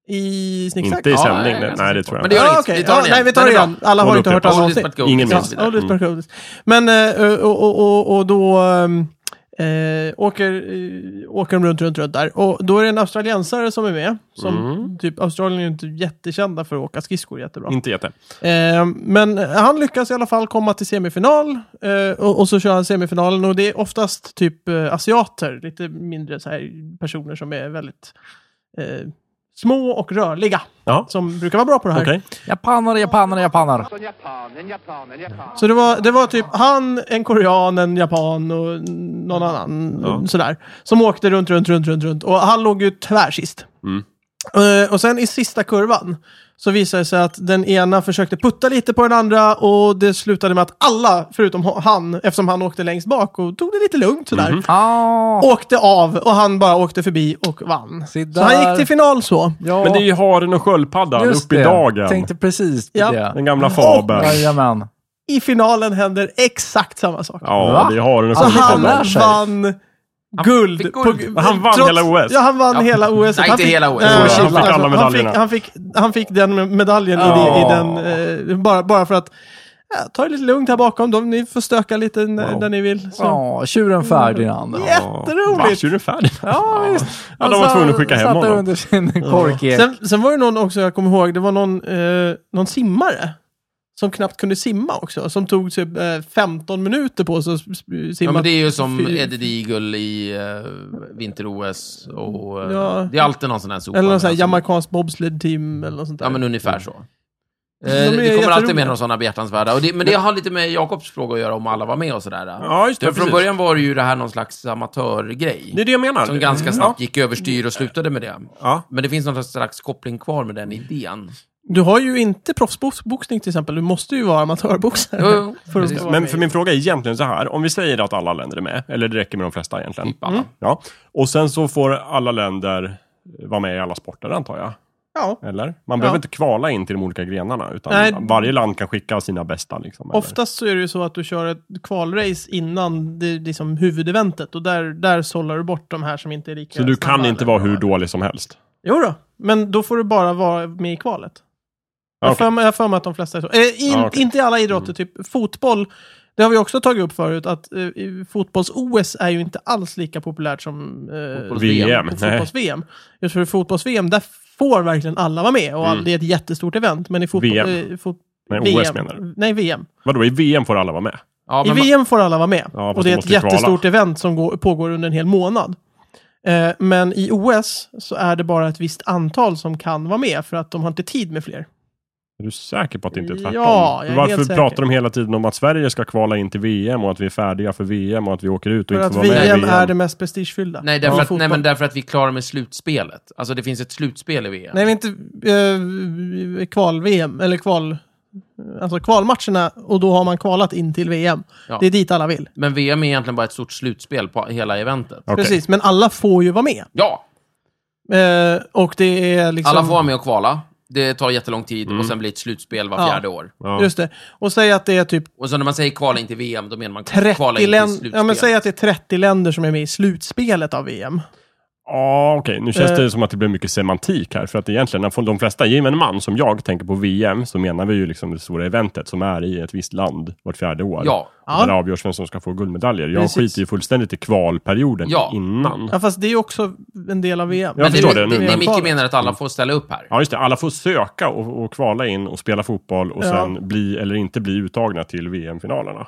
S1: I snicksack?
S4: Inte i
S2: Ja,
S4: sändning.
S2: nej,
S4: nej,
S2: jag
S4: nej,
S2: är
S4: det
S2: så
S4: tror jag
S2: Men
S4: inte.
S2: det gör
S1: Ja,
S2: inget.
S1: okej.
S2: Vi tar den
S1: ja,
S2: igen.
S1: nej, vi tar
S2: Den
S1: det
S2: är bra.
S1: igen. Alla
S4: Och
S1: har
S4: då
S1: inte hört
S4: upprepas.
S1: alla
S2: All
S1: avsnitt.
S2: respect goes.
S4: Ingen
S1: Ja,
S4: minns det.
S1: all respect goes. Men, eh, och, och, och, och då ehm, eh, åker, eh, åker de runt, runt, runt där. Och då är det en australiensare som är med. Som
S2: Mm.
S1: typ, Australien är ju inte jättekända för att åka skridskor jättebra.
S4: Inte jätte.
S1: Eh, men han lyckas i alla fall komma till semifinal. Eh, och, och så kör han semifinalen. Och det är oftast typ eh, asiater, lite mindre så här, personer som är väldigt eh, små och rörliga.
S4: Ja,
S1: Som brukar vara bra på det här.
S4: okej.
S3: Japaner, japaner, japaner.
S5: Japanen, japanen, japanen.
S1: Så det var, det var typ han, en korean, en japan och någon annan
S4: Ja.
S1: sådär. Som åkte runt, runt, runt, runt, runt. Och han låg ju tvärsist.
S4: Mm.
S1: Eh, och sen i sista kurvan så visade det sig att den ena försökte putta lite på den andra och det slutade med att alla, förutom ho- han, eftersom han åkte längst bak och tog det lite lugnt sådär,
S4: Mhm.
S3: Ah,
S1: åkte av och han bara åkte förbi och vann.
S3: Se
S1: Så han
S3: där.
S1: gick till final så.
S3: ja,
S4: Men det är ju haren och sköldpaddan
S3: just
S4: upp i
S3: det.
S4: dagen.
S3: Tänkte precis på
S1: Ja.
S3: det.
S4: Den gamla fabeln.
S3: Jajamän.
S1: I finalen händer exakt samma sak.
S4: Ja,
S3: Va?
S4: det är haren och
S3: Alltså,
S1: Han
S3: lär
S4: sköldpaddan.
S3: sig.
S1: vann guld.
S2: fick
S1: på-
S2: guld.
S4: Han vann hela OS.
S1: Ja, han vann
S2: Ja.
S1: hela OS.
S2: Nej,
S1: han
S2: inte hela OS.
S1: Nej,
S2: Han
S4: fick alla
S1: han fick-
S4: medaljerna.
S1: Han fick, han fick den medaljen i, det, i den, eh, bara, bara för att ja, ta det lite lugnt här bakom. De, ni får stöka lite n- när ni vill. Så.
S3: Ja, tjuren Ferdinand. Ja,
S1: Jätteroligt!
S4: Va, är du färdig?
S3: ja visst.
S4: Ja, de var
S3: Han
S4: tvungna att
S3: satt-
S4: skicka hem
S3: satt där
S4: honom.
S3: under sin korkek.
S1: Sen, sen var det någon också, jag kommer ihåg, det var någon, eh, någon simmare. Som knappt kunde simma också. Som tog typ eh, 15 minuter på sig att sp-
S2: Ja,
S1: simma.
S2: men det är ju som
S1: Fy-
S2: Eddie Deagle i eh, vinter-OS. och, eh,
S1: Ja.
S2: Det är alltid någon sån här sopa.
S1: eller någon sån här
S2: Alltså,
S1: jamaicansk bobsled-team eller något sånt där.
S2: Ja, men ungefär så. Eh,
S1: är
S2: det kommer alltid
S1: jätteroliga.
S2: med några sådana behjärtansvärda. Och det, men det har lite med Jakobs fråga att göra om alla var med och sådär.
S4: Ja, just det.
S2: För från
S4: precis.
S2: början var det ju det här någon slags amatörgrej.
S4: Det Mm. är det jag menar.
S2: Som ganska snabbt gick överstyr och slutade med det.
S4: Ja.
S2: Men det finns någon slags koppling kvar med den idén.
S1: Du har ju inte proffsboxning till exempel. Du måste ju vara amatörboxare.
S2: Jo, jo,
S1: för att
S2: precis.
S1: vara
S4: Men
S1: med.
S4: för min fråga är egentligen så här. Om vi säger att alla länder är med, eller det räcker med de flesta egentligen.
S2: Typ Alla.
S4: Ja. Och sen så får alla länder vara med i alla sporter antar jag.
S1: Ja.
S4: Eller? Man behöver
S1: Ja.
S4: inte kvala in till de olika grenarna. Utan
S1: Nej.
S4: varje land kan skicka sina bästa. Liksom, eller?
S1: Oftast så är det ju så att du kör ett kvalrace innan det, liksom huvudeventet och där, där sållar du bort de här som inte är lika
S4: Så du
S1: snabba
S4: kan inte
S1: eller
S4: vara
S1: bra.
S4: hur dålig som helst.
S1: Jo då, men då får du bara vara med i kvalet. Jag har
S4: okej.
S1: för mig- jag har för mig att de flesta är så. Eh, in,
S4: Ja, okej. Mm.
S1: Inte i alla idrotter, typ fotboll. Det har vi också tagit upp förut, att eh, i- fotbolls-OS är ju inte alls lika populärt som eh,
S4: VM. Nej.
S1: fotbolls-VM. Just för fotbolls-VM, där får verkligen alla vara med. Och all- Det är ett jättestort event. Men i fotboll...
S4: Mm. VM.
S1: eh, fot-
S4: Nej, OS
S1: VM.
S4: menar du?
S1: Nej, VM.
S4: Vadå, i VM får alla vara med?
S2: Ja,
S1: I
S2: men man-
S1: VM får alla vara med.
S4: Ja, fast
S1: och det är
S4: de
S1: ett
S4: måste ju kvala.
S1: jättestort event som går, pågår under en hel månad. Eh, men i OS så är det bara ett visst antal som kan vara med för att de har inte tid med fler.
S4: Är du säker på att det inte är tvärtom?
S1: Ja, jag är
S4: Varför
S1: helt säker.
S4: pratar de hela tiden om att Sverige ska kvala in till VM och att vi är färdiga för VM och att vi åker ut
S1: För
S4: och inte
S1: att
S4: får vara med i
S1: VM
S4: VM?
S1: är det mest prestigefyllda.
S2: Nej, därför
S1: Ja.
S2: att, nej,
S1: Fotboll.
S2: men därför att vi är klara med slutspelet. Alltså det finns ett slutspel i VM.
S1: Nej, men inte eh, kval-VM, eller kval... Alltså kvalmatcherna, och då har man kvalat in till VM.
S2: Ja.
S1: Det är dit alla vill.
S2: Men VM är egentligen bara ett stort slutspel på hela eventet.
S4: Okej.
S1: Precis, men alla får ju vara med.
S2: Ja,
S1: Eh, och det är liksom...
S2: alla får vara med och kvala. Det tar jättelång tid och sen blir det ett slutspel var
S1: Mm. Ja.
S2: fjärde år.
S4: Ja.
S1: Just det. Och säg att det är typ
S2: Och så när man säger kvala in till VM, då menar man kvala
S1: 30
S2: in till
S1: länder.
S2: slutspel.
S1: Ja, men säg att det är 30 länder som är med i slutspelet av VM.
S4: Ja, okej. Nu känns
S1: Eh.
S4: det som att det blir mycket semantik här. För att egentligen, när de flesta gemene man som jag tänker på VM, så menar vi ju liksom det stora eventet som är i ett visst land vart fjärde år.
S2: Ja.
S4: Och Där det avgörs vem som ska få guldmedaljer. Jag
S1: Precis.
S4: skiter ju fullständigt i kvalperioden
S2: Ja.
S4: innan.
S1: Ja, fast det är också en del av VM.
S4: Jag
S2: men
S4: förstår
S2: det,
S4: det nu.
S2: Det, det Micke
S1: Kvalet.
S2: menar att alla får ställa upp här.
S4: Ja, just det. Alla får söka och, och kvala in och spela fotboll och
S1: Ja.
S4: sen bli eller inte bli uttagna till VM-finalerna.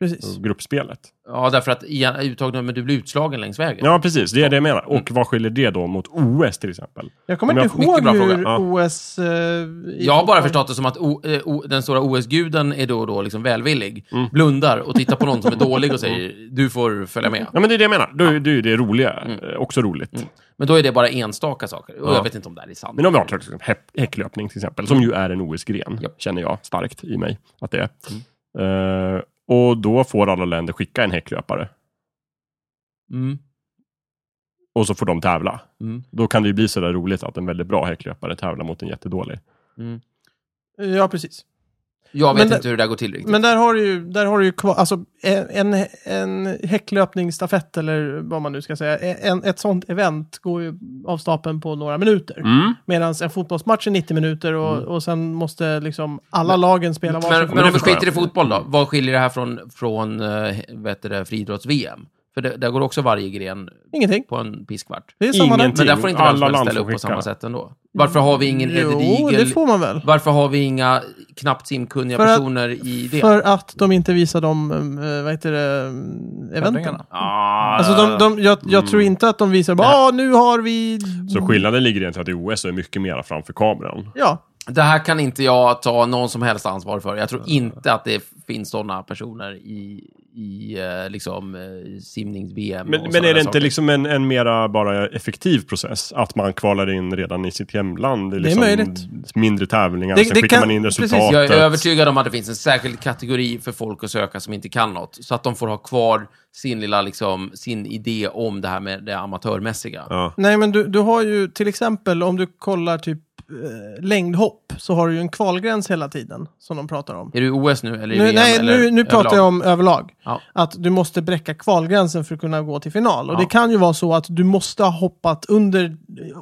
S1: Precis.
S2: Mm.
S4: och Gruppspelet.
S2: Ja, därför att igen- uttagningen, men du blir utslagen längs vägen.
S4: Ja, precis. Det är det jag menar.
S2: Mm.
S4: Och vad skiljer det då mot OS till exempel?
S1: Jag kommer
S4: Men jag-
S1: inte
S2: mycket
S1: ihåg
S2: bra fråga.
S1: hur
S4: Ja.
S1: OS... Eh, i
S2: Jag har bara
S1: fotboll-
S2: förstått det som att o, eh, o, den stora OS-guden är då och då liksom välvillig, blundar och tittar på någon som är dålig och säger
S1: Mm.
S2: du får följa med.
S4: Ja, men det är det jag menar. Då är, då är det roliga
S2: Mm.
S4: eh, också roligt.
S2: Men då är det bara enstaka saker. Och
S4: Ja.
S2: jag vet inte om det här är sant.
S4: Men om vi har till exempel häpp- häcklöpning till exempel, som ju är en OS-gren,
S2: Mm. Japp. Mm.
S4: känner jag starkt i mig att det är. Eh, och då får alla länder skicka en häcklöpare
S2: Mm.
S4: och så får de tävla.
S2: Mm.
S4: Då kan det ju bli sådär roligt att en väldigt bra häcklöpare tävlar mot en jättedålig.
S1: Ja, precis.
S2: Jag vet
S1: Men det-
S2: inte hur det där går till riktigt.
S1: Men där har du ju, där har du ju kvar, alltså en, en- en häcklöpningsstafett eller vad man nu ska säga, en, ett sånt event går ju av stapeln på några minuter.
S2: Mm.
S1: Medan en fotbollsmatch är 90 minuter och, och sen måste liksom alla lagen spela varsin.
S2: Men,
S1: fotboll.
S2: men om vi
S4: förstår jag.
S2: skiter i fotboll då, vad skiljer det här från, från eh, vet du det, friidrotts-VM? För det, där går också varje gren
S1: Ingenting.
S2: på en piskvart.
S1: Det är samma där.
S4: Ingenting.
S2: Men där får inte
S4: Alla
S2: vem som helst
S4: land
S2: ställa
S4: får
S2: upp på samma
S4: skicka.
S2: sätt ändå. Varför har vi ingen Eddie
S1: Jo, det
S2: Diegel?
S1: får man väl.
S2: Varför har vi inga knappt simkunniga
S1: För att-
S2: personer i det?
S1: För att de inte visar de, eh, vad heter det, eh, eventen.
S3: Tävlingarna.
S4: Ah.
S1: Alltså de, de, jag, jag
S2: Mm.
S1: tror inte att de visar bara, ah, nu har vi...
S4: Så skillnaden ligger egentligen att i OS så är mycket mera framför kameran.
S1: Ja,
S2: Det här kan inte jag ta någon som helst ansvar för. Jag tror inte att det finns sådana personer i, i eh, liksom, eh, simnings-VM.
S4: Men,
S2: och
S4: men
S2: såna
S4: är
S2: där
S4: det inte
S2: saker.
S4: liksom en, en mera bara effektiv process? Att man kvalar in redan i sitt hemland? i liksom
S1: möjligt.
S4: Mindre tävlingar,
S1: Det-
S4: sen
S1: det
S4: skickar
S1: kan-
S4: man in
S1: precis,
S4: resultatet.
S2: Jag är övertygad om att det finns en särskild kategori för folk att söka som inte kan något. Så att de får ha kvar sin lilla, liksom, sin idé om det här med det amatörmässiga.
S4: Ja.
S1: Nej, men du, du har ju till exempel om du kollar typ eh, längdhopp så har du ju en kvalgräns hela tiden som de pratar om.
S2: Är du OS nu eller
S1: Nu,
S2: VM?
S1: nej,
S2: eller
S1: nu, nu pratar
S2: överlag?
S1: jag om överlag.
S2: Ja.
S1: Att du måste bräcka kvalgränsen för att kunna gå till final. Och
S2: Ja.
S1: det kan ju vara så att du måste ha hoppat under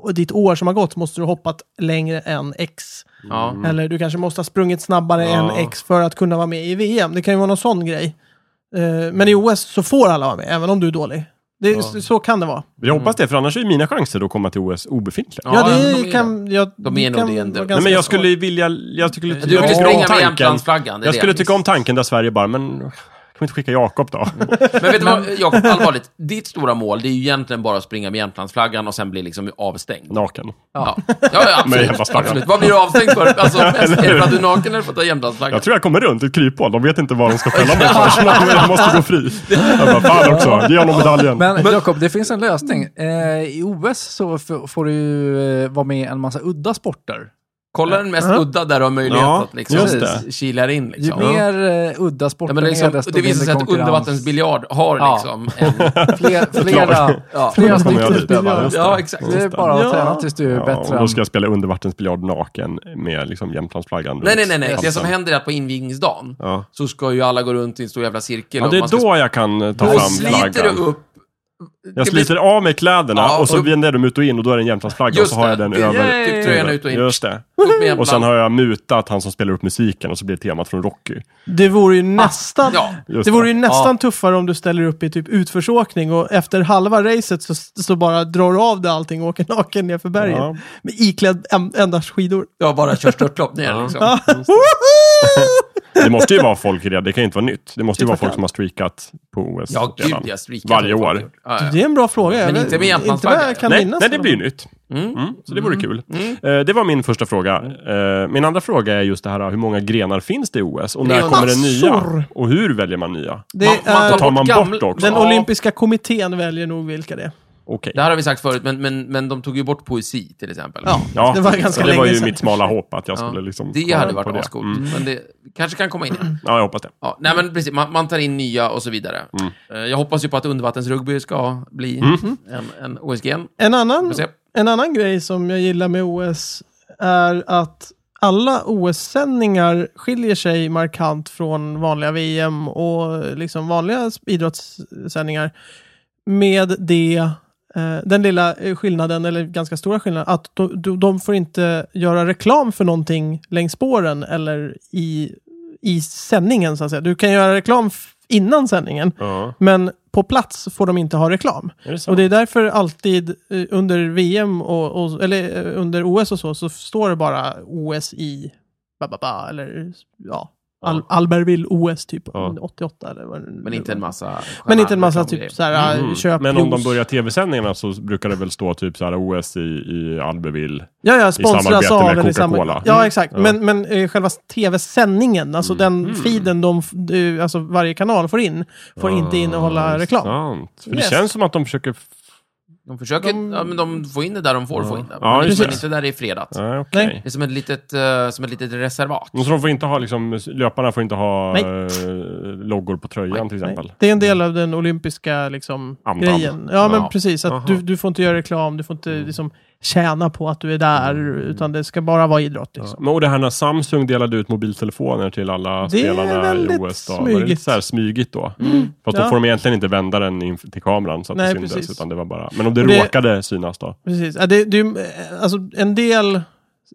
S1: eh, ditt år som har gått, måste du ha hoppat längre än X.
S2: Ja.
S1: Eller du kanske måste ha sprungit snabbare
S4: Ja.
S1: än X för att kunna vara med i VM. Det kan ju vara någon sån grej. Eh, Men i OS så får alla vara med, även om du är dålig. Det, Så kan det vara.
S4: Jag hoppas det, för annars är mina chanser då att komma till OS obefintliga.
S1: Ja, det
S2: de är
S1: kan... Ja,
S2: De
S1: det
S2: är nog
S1: kan
S2: det ändå.
S1: vara
S2: Nej,
S4: Nej,
S1: ganska
S4: men
S1: svårt.
S4: jag skulle vilja... Jag tycker,
S2: Du
S4: jag
S2: vill
S4: tycker om
S2: springa med
S4: tanken.
S2: jämtlandsflaggan. det är
S4: Jag
S2: det
S4: skulle
S2: vill.
S4: tycka om tanken där Sverige bara, men kan vi inte skicka Jakob då?
S2: Men vet du vad, Jakob, allvarligt. Ditt stora mål, det är ju egentligen bara att springa med jämtlandsflaggan och sen bli liksom avstängd.
S4: Naken.
S2: Ja, ja, ja
S4: Med
S2: absolut,
S4: jämtlandsflaggan.
S2: absolut. Vad blir du avstängd för? Alltså, mest, är det för att du är naken eller för att du har jämtlandsflaggan?
S4: Jag tror jag kommer runt i ett kryphål. De vet inte var de ska fälla mig först, men jag måste gå fri. Jag bara, fan också, ge honom medaljen.
S3: Men Jakob, det finns en lösning. Eh, I OS så f- får du ju, eh, vara med i en massa udda sporter.
S2: Kolla den mest udda där du har möjlighet
S4: Ja,
S2: att liksom,
S4: just det.
S2: kila in.
S3: Ju
S2: Liksom.
S3: mer eh, udda sporter
S2: Ja, men
S3: är,
S2: liksom,
S3: desto
S2: det visar sig
S3: mindre
S2: att undervattensbiljard har
S3: Ja.
S2: liksom en...
S3: Fler, flera
S2: Ja.
S3: flera
S4: kommer jag
S3: stycken
S4: dit.
S3: utövare.
S4: Just det.
S2: Ja, exakt.
S3: Det är bara att
S1: Ja.
S3: träna tills du är
S4: Ja, och
S3: bättre.
S4: då
S3: än-
S4: ska jag spela undervattensbiljard naken med liksom jämtlandsflaggan
S2: Nej,
S4: runt
S2: nej, nej. nej. Det
S4: halsen.
S2: som händer är att på invigningsdagen
S4: Ja.
S2: så ska ju alla gå runt i en stor jävla cirkel.
S4: Ja, det
S2: och
S4: är
S2: man ska
S4: då jag kan ta
S2: Då
S4: fram
S2: sliter du
S4: flaggan.
S2: upp
S4: Jag
S2: det blir-
S4: sliter av mig kläderna
S2: Ja,
S4: och så
S2: och-
S4: vänder jag dem ut och in och då är det en Jämtlandsflagga och
S2: Just
S4: så har jag
S2: det.
S4: den
S2: Det-
S4: över.
S2: Yay! Typ tröjan ut och in.
S4: Just det.
S2: Upp med en
S4: Och sen
S2: bland-
S4: har jag mutat han som spelar upp musiken och så blir det temat från Rocky.
S1: Det vore ju nästan,
S2: Ah, ja.
S4: Just
S1: det vore ju
S4: det.
S1: nästan tuffare om du ställer upp i typ utförsåkning och efter halva racet så, så bara drar du av dig allting och åker naken ner för berget.
S4: Ja.
S1: Med iklädd en- endast skidor.
S2: Jag bara kör störtlopp ner
S4: Ja.
S2: liksom.
S4: Det måste ju vara folk redan, det kan ju inte vara nytt. Det måste ju vara folk
S1: Tvärtom.
S4: som har streakat på OS
S2: Ja, gud
S4: redan.
S2: jag streakar.
S4: Varje år.
S2: Ja, ja.
S1: Det är en bra fråga. Jag
S2: Men
S1: vet-
S2: inte med
S1: Inte vad
S2: Jämtlandsflagga.
S1: jag kan
S4: Nej,
S1: minnas.
S4: nej, det blir ju nytt. Mm, så det vore kul. Eh, det var min första fråga. Eh, min andra fråga är just det här, hur många grenar finns det i OS? Och när
S2: Grenar.
S4: kommer det nya?
S1: Massor.
S4: Och hur väljer man nya?
S1: Det
S2: Man- man
S1: är,
S4: tar man
S2: gamla-
S4: bort också?
S1: den
S2: Ja.
S1: olympiska kommittén väljer nog vilka det är.
S4: Okej.
S2: Det här har vi sagt förut, men, men, men de tog ju bort poesi till exempel.
S1: Ja,
S4: Ja,
S1: det var ganska
S4: så det var
S1: länge
S4: ju
S1: sedan.
S4: mitt smala hopp att jag
S2: Ja.
S4: skulle liksom...
S2: det
S4: komma
S2: hade
S4: på
S2: varit ascoolt,
S4: Mm.
S2: men det kanske kan komma in
S1: Mm.
S2: igen.
S4: Ja, jag hoppas det.
S2: Ja, nej, men precis, man, man tar in nya och så vidare.
S4: Mm.
S2: Eh, Jag hoppas ju på att undervattensrugby ska bli
S4: Mm-hmm.
S2: en, en OSG.
S1: En annan,
S2: Får se.
S1: en annan grej som jag gillar med OS är att alla OS-sändningar skiljer sig markant från vanliga VM och liksom vanliga idrottssändningar med det, eh, den lilla eh, skillnaden, eller ganska stora skillnaden, att de, de- de får inte göra reklam för någonting längs spåren eller i, i sändningen så att säga. Du kan göra reklam f- innan sändningen,
S4: Ja.
S1: men på plats får de inte ha reklam.
S4: Är det så?
S1: Och det är därför alltid eh, under VM och, och eller eh, under OS och så, så står det bara OS i ba, ba, ba, eller ja, Al, Albertville OS typ
S4: Ja.
S1: 88 eller vad det nu
S2: Men inte en massa...
S1: Men inte en massa
S2: reklamgrejer.
S1: typ så här,
S4: Mm.
S1: köp
S4: Men om de
S1: juice.
S4: börjar tv-sändningarna så brukar det väl stå typ så här OS i, i Albertville.
S1: Ja, ja, sponsras
S4: samarbete
S1: av
S4: med
S1: eller i sam-
S4: Coca-Cola. Mm.
S1: Ja, exakt.
S4: Ja. Mm.
S1: Men, men eh, själva tv-sändningen, alltså den feeden de, f- du, alltså varje kanal får in, får inte innehålla
S4: Ah,
S1: reklam.
S4: Sant. För det
S1: Yes.
S4: känns som att de försöker...
S2: De försöker...
S1: De-
S2: Ja, men de får in det där de får få in det.
S4: Ja,
S2: men
S4: just
S2: men
S4: det.
S2: inte där det är fredat.
S4: Nej, okej.
S1: Nej.
S2: Det är som ett litet, eh, som ett litet reservat.
S4: Men Så de får inte ha liksom, löparna får inte ha
S1: Nej.
S4: eh, loggor på tröjan till exempel? Mm.
S1: Nej, Det är en del av den olympiska liksom,
S4: Amban.
S1: grejen. Ja, men
S2: Ja.
S1: precis. Att du, du får inte göra reklam, du får inte
S4: Mm.
S1: liksom, tjäna på att du är där, utan det ska bara vara idrott. Liksom.
S4: Men och det här när Samsung delade ut mobiltelefoner till alla
S1: Det är
S4: spelarna i
S1: väldigt
S4: OS. Då. Var det
S1: smygigt. Mm.
S4: lite så här smygigt då? För att
S1: Ja.
S4: då får de egentligen inte vända den in till kameran så att
S1: Nej,
S4: det syndes.
S1: precis.
S4: Utan det var bara... Men om det,
S1: Och det-
S4: råkade synas då?
S1: Precis. Ja, det, det, är ju, eh, alltså, en del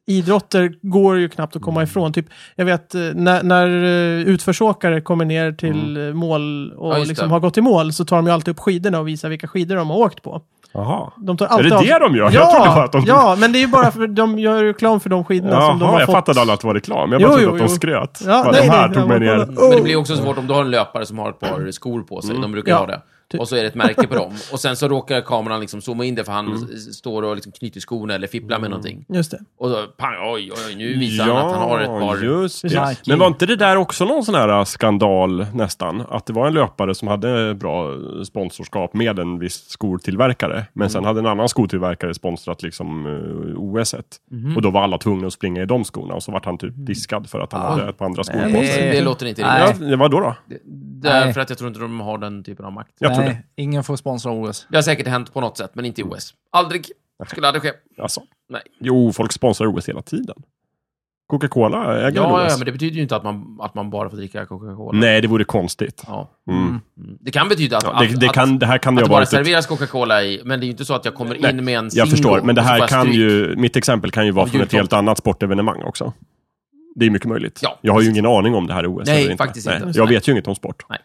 S1: idrotter går ju knappt att
S4: Mm.
S1: komma ifrån. Typ, jag vet eh, när, när eh, utförsåkare kommer ner till eh,
S4: Mm.
S1: mål och
S2: Ja, just
S1: liksom,
S2: det.
S1: har gått i mål så tar de ju alltid upp skidorna och visar vilka skidor de har åkt på.
S4: Jaha.
S1: De tar
S4: Är
S1: alltid
S4: det
S1: av-
S4: det de gör?
S1: Ja,
S4: Jag trodde bara att de...
S1: ja, men det är ju bara för de gör reklam för de skidorna som Alltså, de har
S4: Jaha, jag
S1: fått.
S4: fattade alla att det var reklam. Jag
S1: Jo,
S4: bara trodde
S1: jo,
S4: att de
S1: jo.
S4: skröt.
S1: Ja,
S4: Bara,
S1: nej,
S4: de här
S1: nej,
S4: tog mig
S1: jag
S4: ner.
S1: bara
S2: Men det blir också svårt om du har en löpare som har ett par skor på sig. De brukar
S1: Oh. Ja. typ.
S2: ha det. Och så är det ett märke på dem. Och sen så råkar kameran liksom zooma in det för han
S4: Mm.
S2: s- står och liksom knyter skorna eller fipplar med någonting.
S1: Just det.
S2: Och då pang, oj, oj, nu visar han att han har ett par...
S4: just det.
S3: Nike.
S4: Men var inte det där också någon sån här äh, skandal nästan? Att det var en löpare som hade bra sponsorskap med en viss skotillverkare. Men sen hade en annan skotillverkare sponsrat liksom eh, OS.
S3: Mhm.
S4: Och då var alla tvungna att springa i de skorna. Och så vart han typ diskad för att han hade ett par andra skor på sig.
S2: Eh, Det, det låter inte
S3: Mm. Ah. Nej.
S2: rimligt.
S4: Ja, det var då då?
S2: Därför att jag tror inte de har den typen av makt.
S4: Jag tror
S3: Nej, ingen får sponsra OS.
S2: Det har säkert hänt på något sätt, men inte i OS. Aldrig. Skulle aldrig ske.
S4: det. Alltså.
S2: Nej.
S4: Jo, folk sponsrar OS hela tiden. Coca-Cola äger väl
S2: Ja,
S4: OS?
S2: ja, men det betyder ju inte att man, att man bara får dricka Coca-Cola.
S4: Nej, det vore konstigt.
S2: Ja.
S4: Mm.
S2: Mm. Det kan betyda att...
S4: Ja, det,
S2: att-
S4: det,
S2: att-
S4: kan, det här kan ju
S2: Att
S4: ha
S2: det bara
S4: varit ett
S2: serveras Coca-Cola i, men det är ju inte så att jag kommer
S4: Nej,
S2: in med en
S4: Jag
S2: Zingo
S4: förstår, men det
S2: och så får
S4: här
S2: jag
S4: kan
S2: stryk.
S4: ju, mitt exempel kan ju vara
S2: Av
S4: från ett
S2: jultomten.
S4: helt annat sportevenemang också. Det är mycket möjligt.
S2: Ja.
S4: jag har ju ingen aning om det här är OS
S2: Nej,
S4: eller inte.
S2: faktiskt inte.
S4: Jag
S2: Nej.
S4: vet ju inget om sport.
S2: Nej.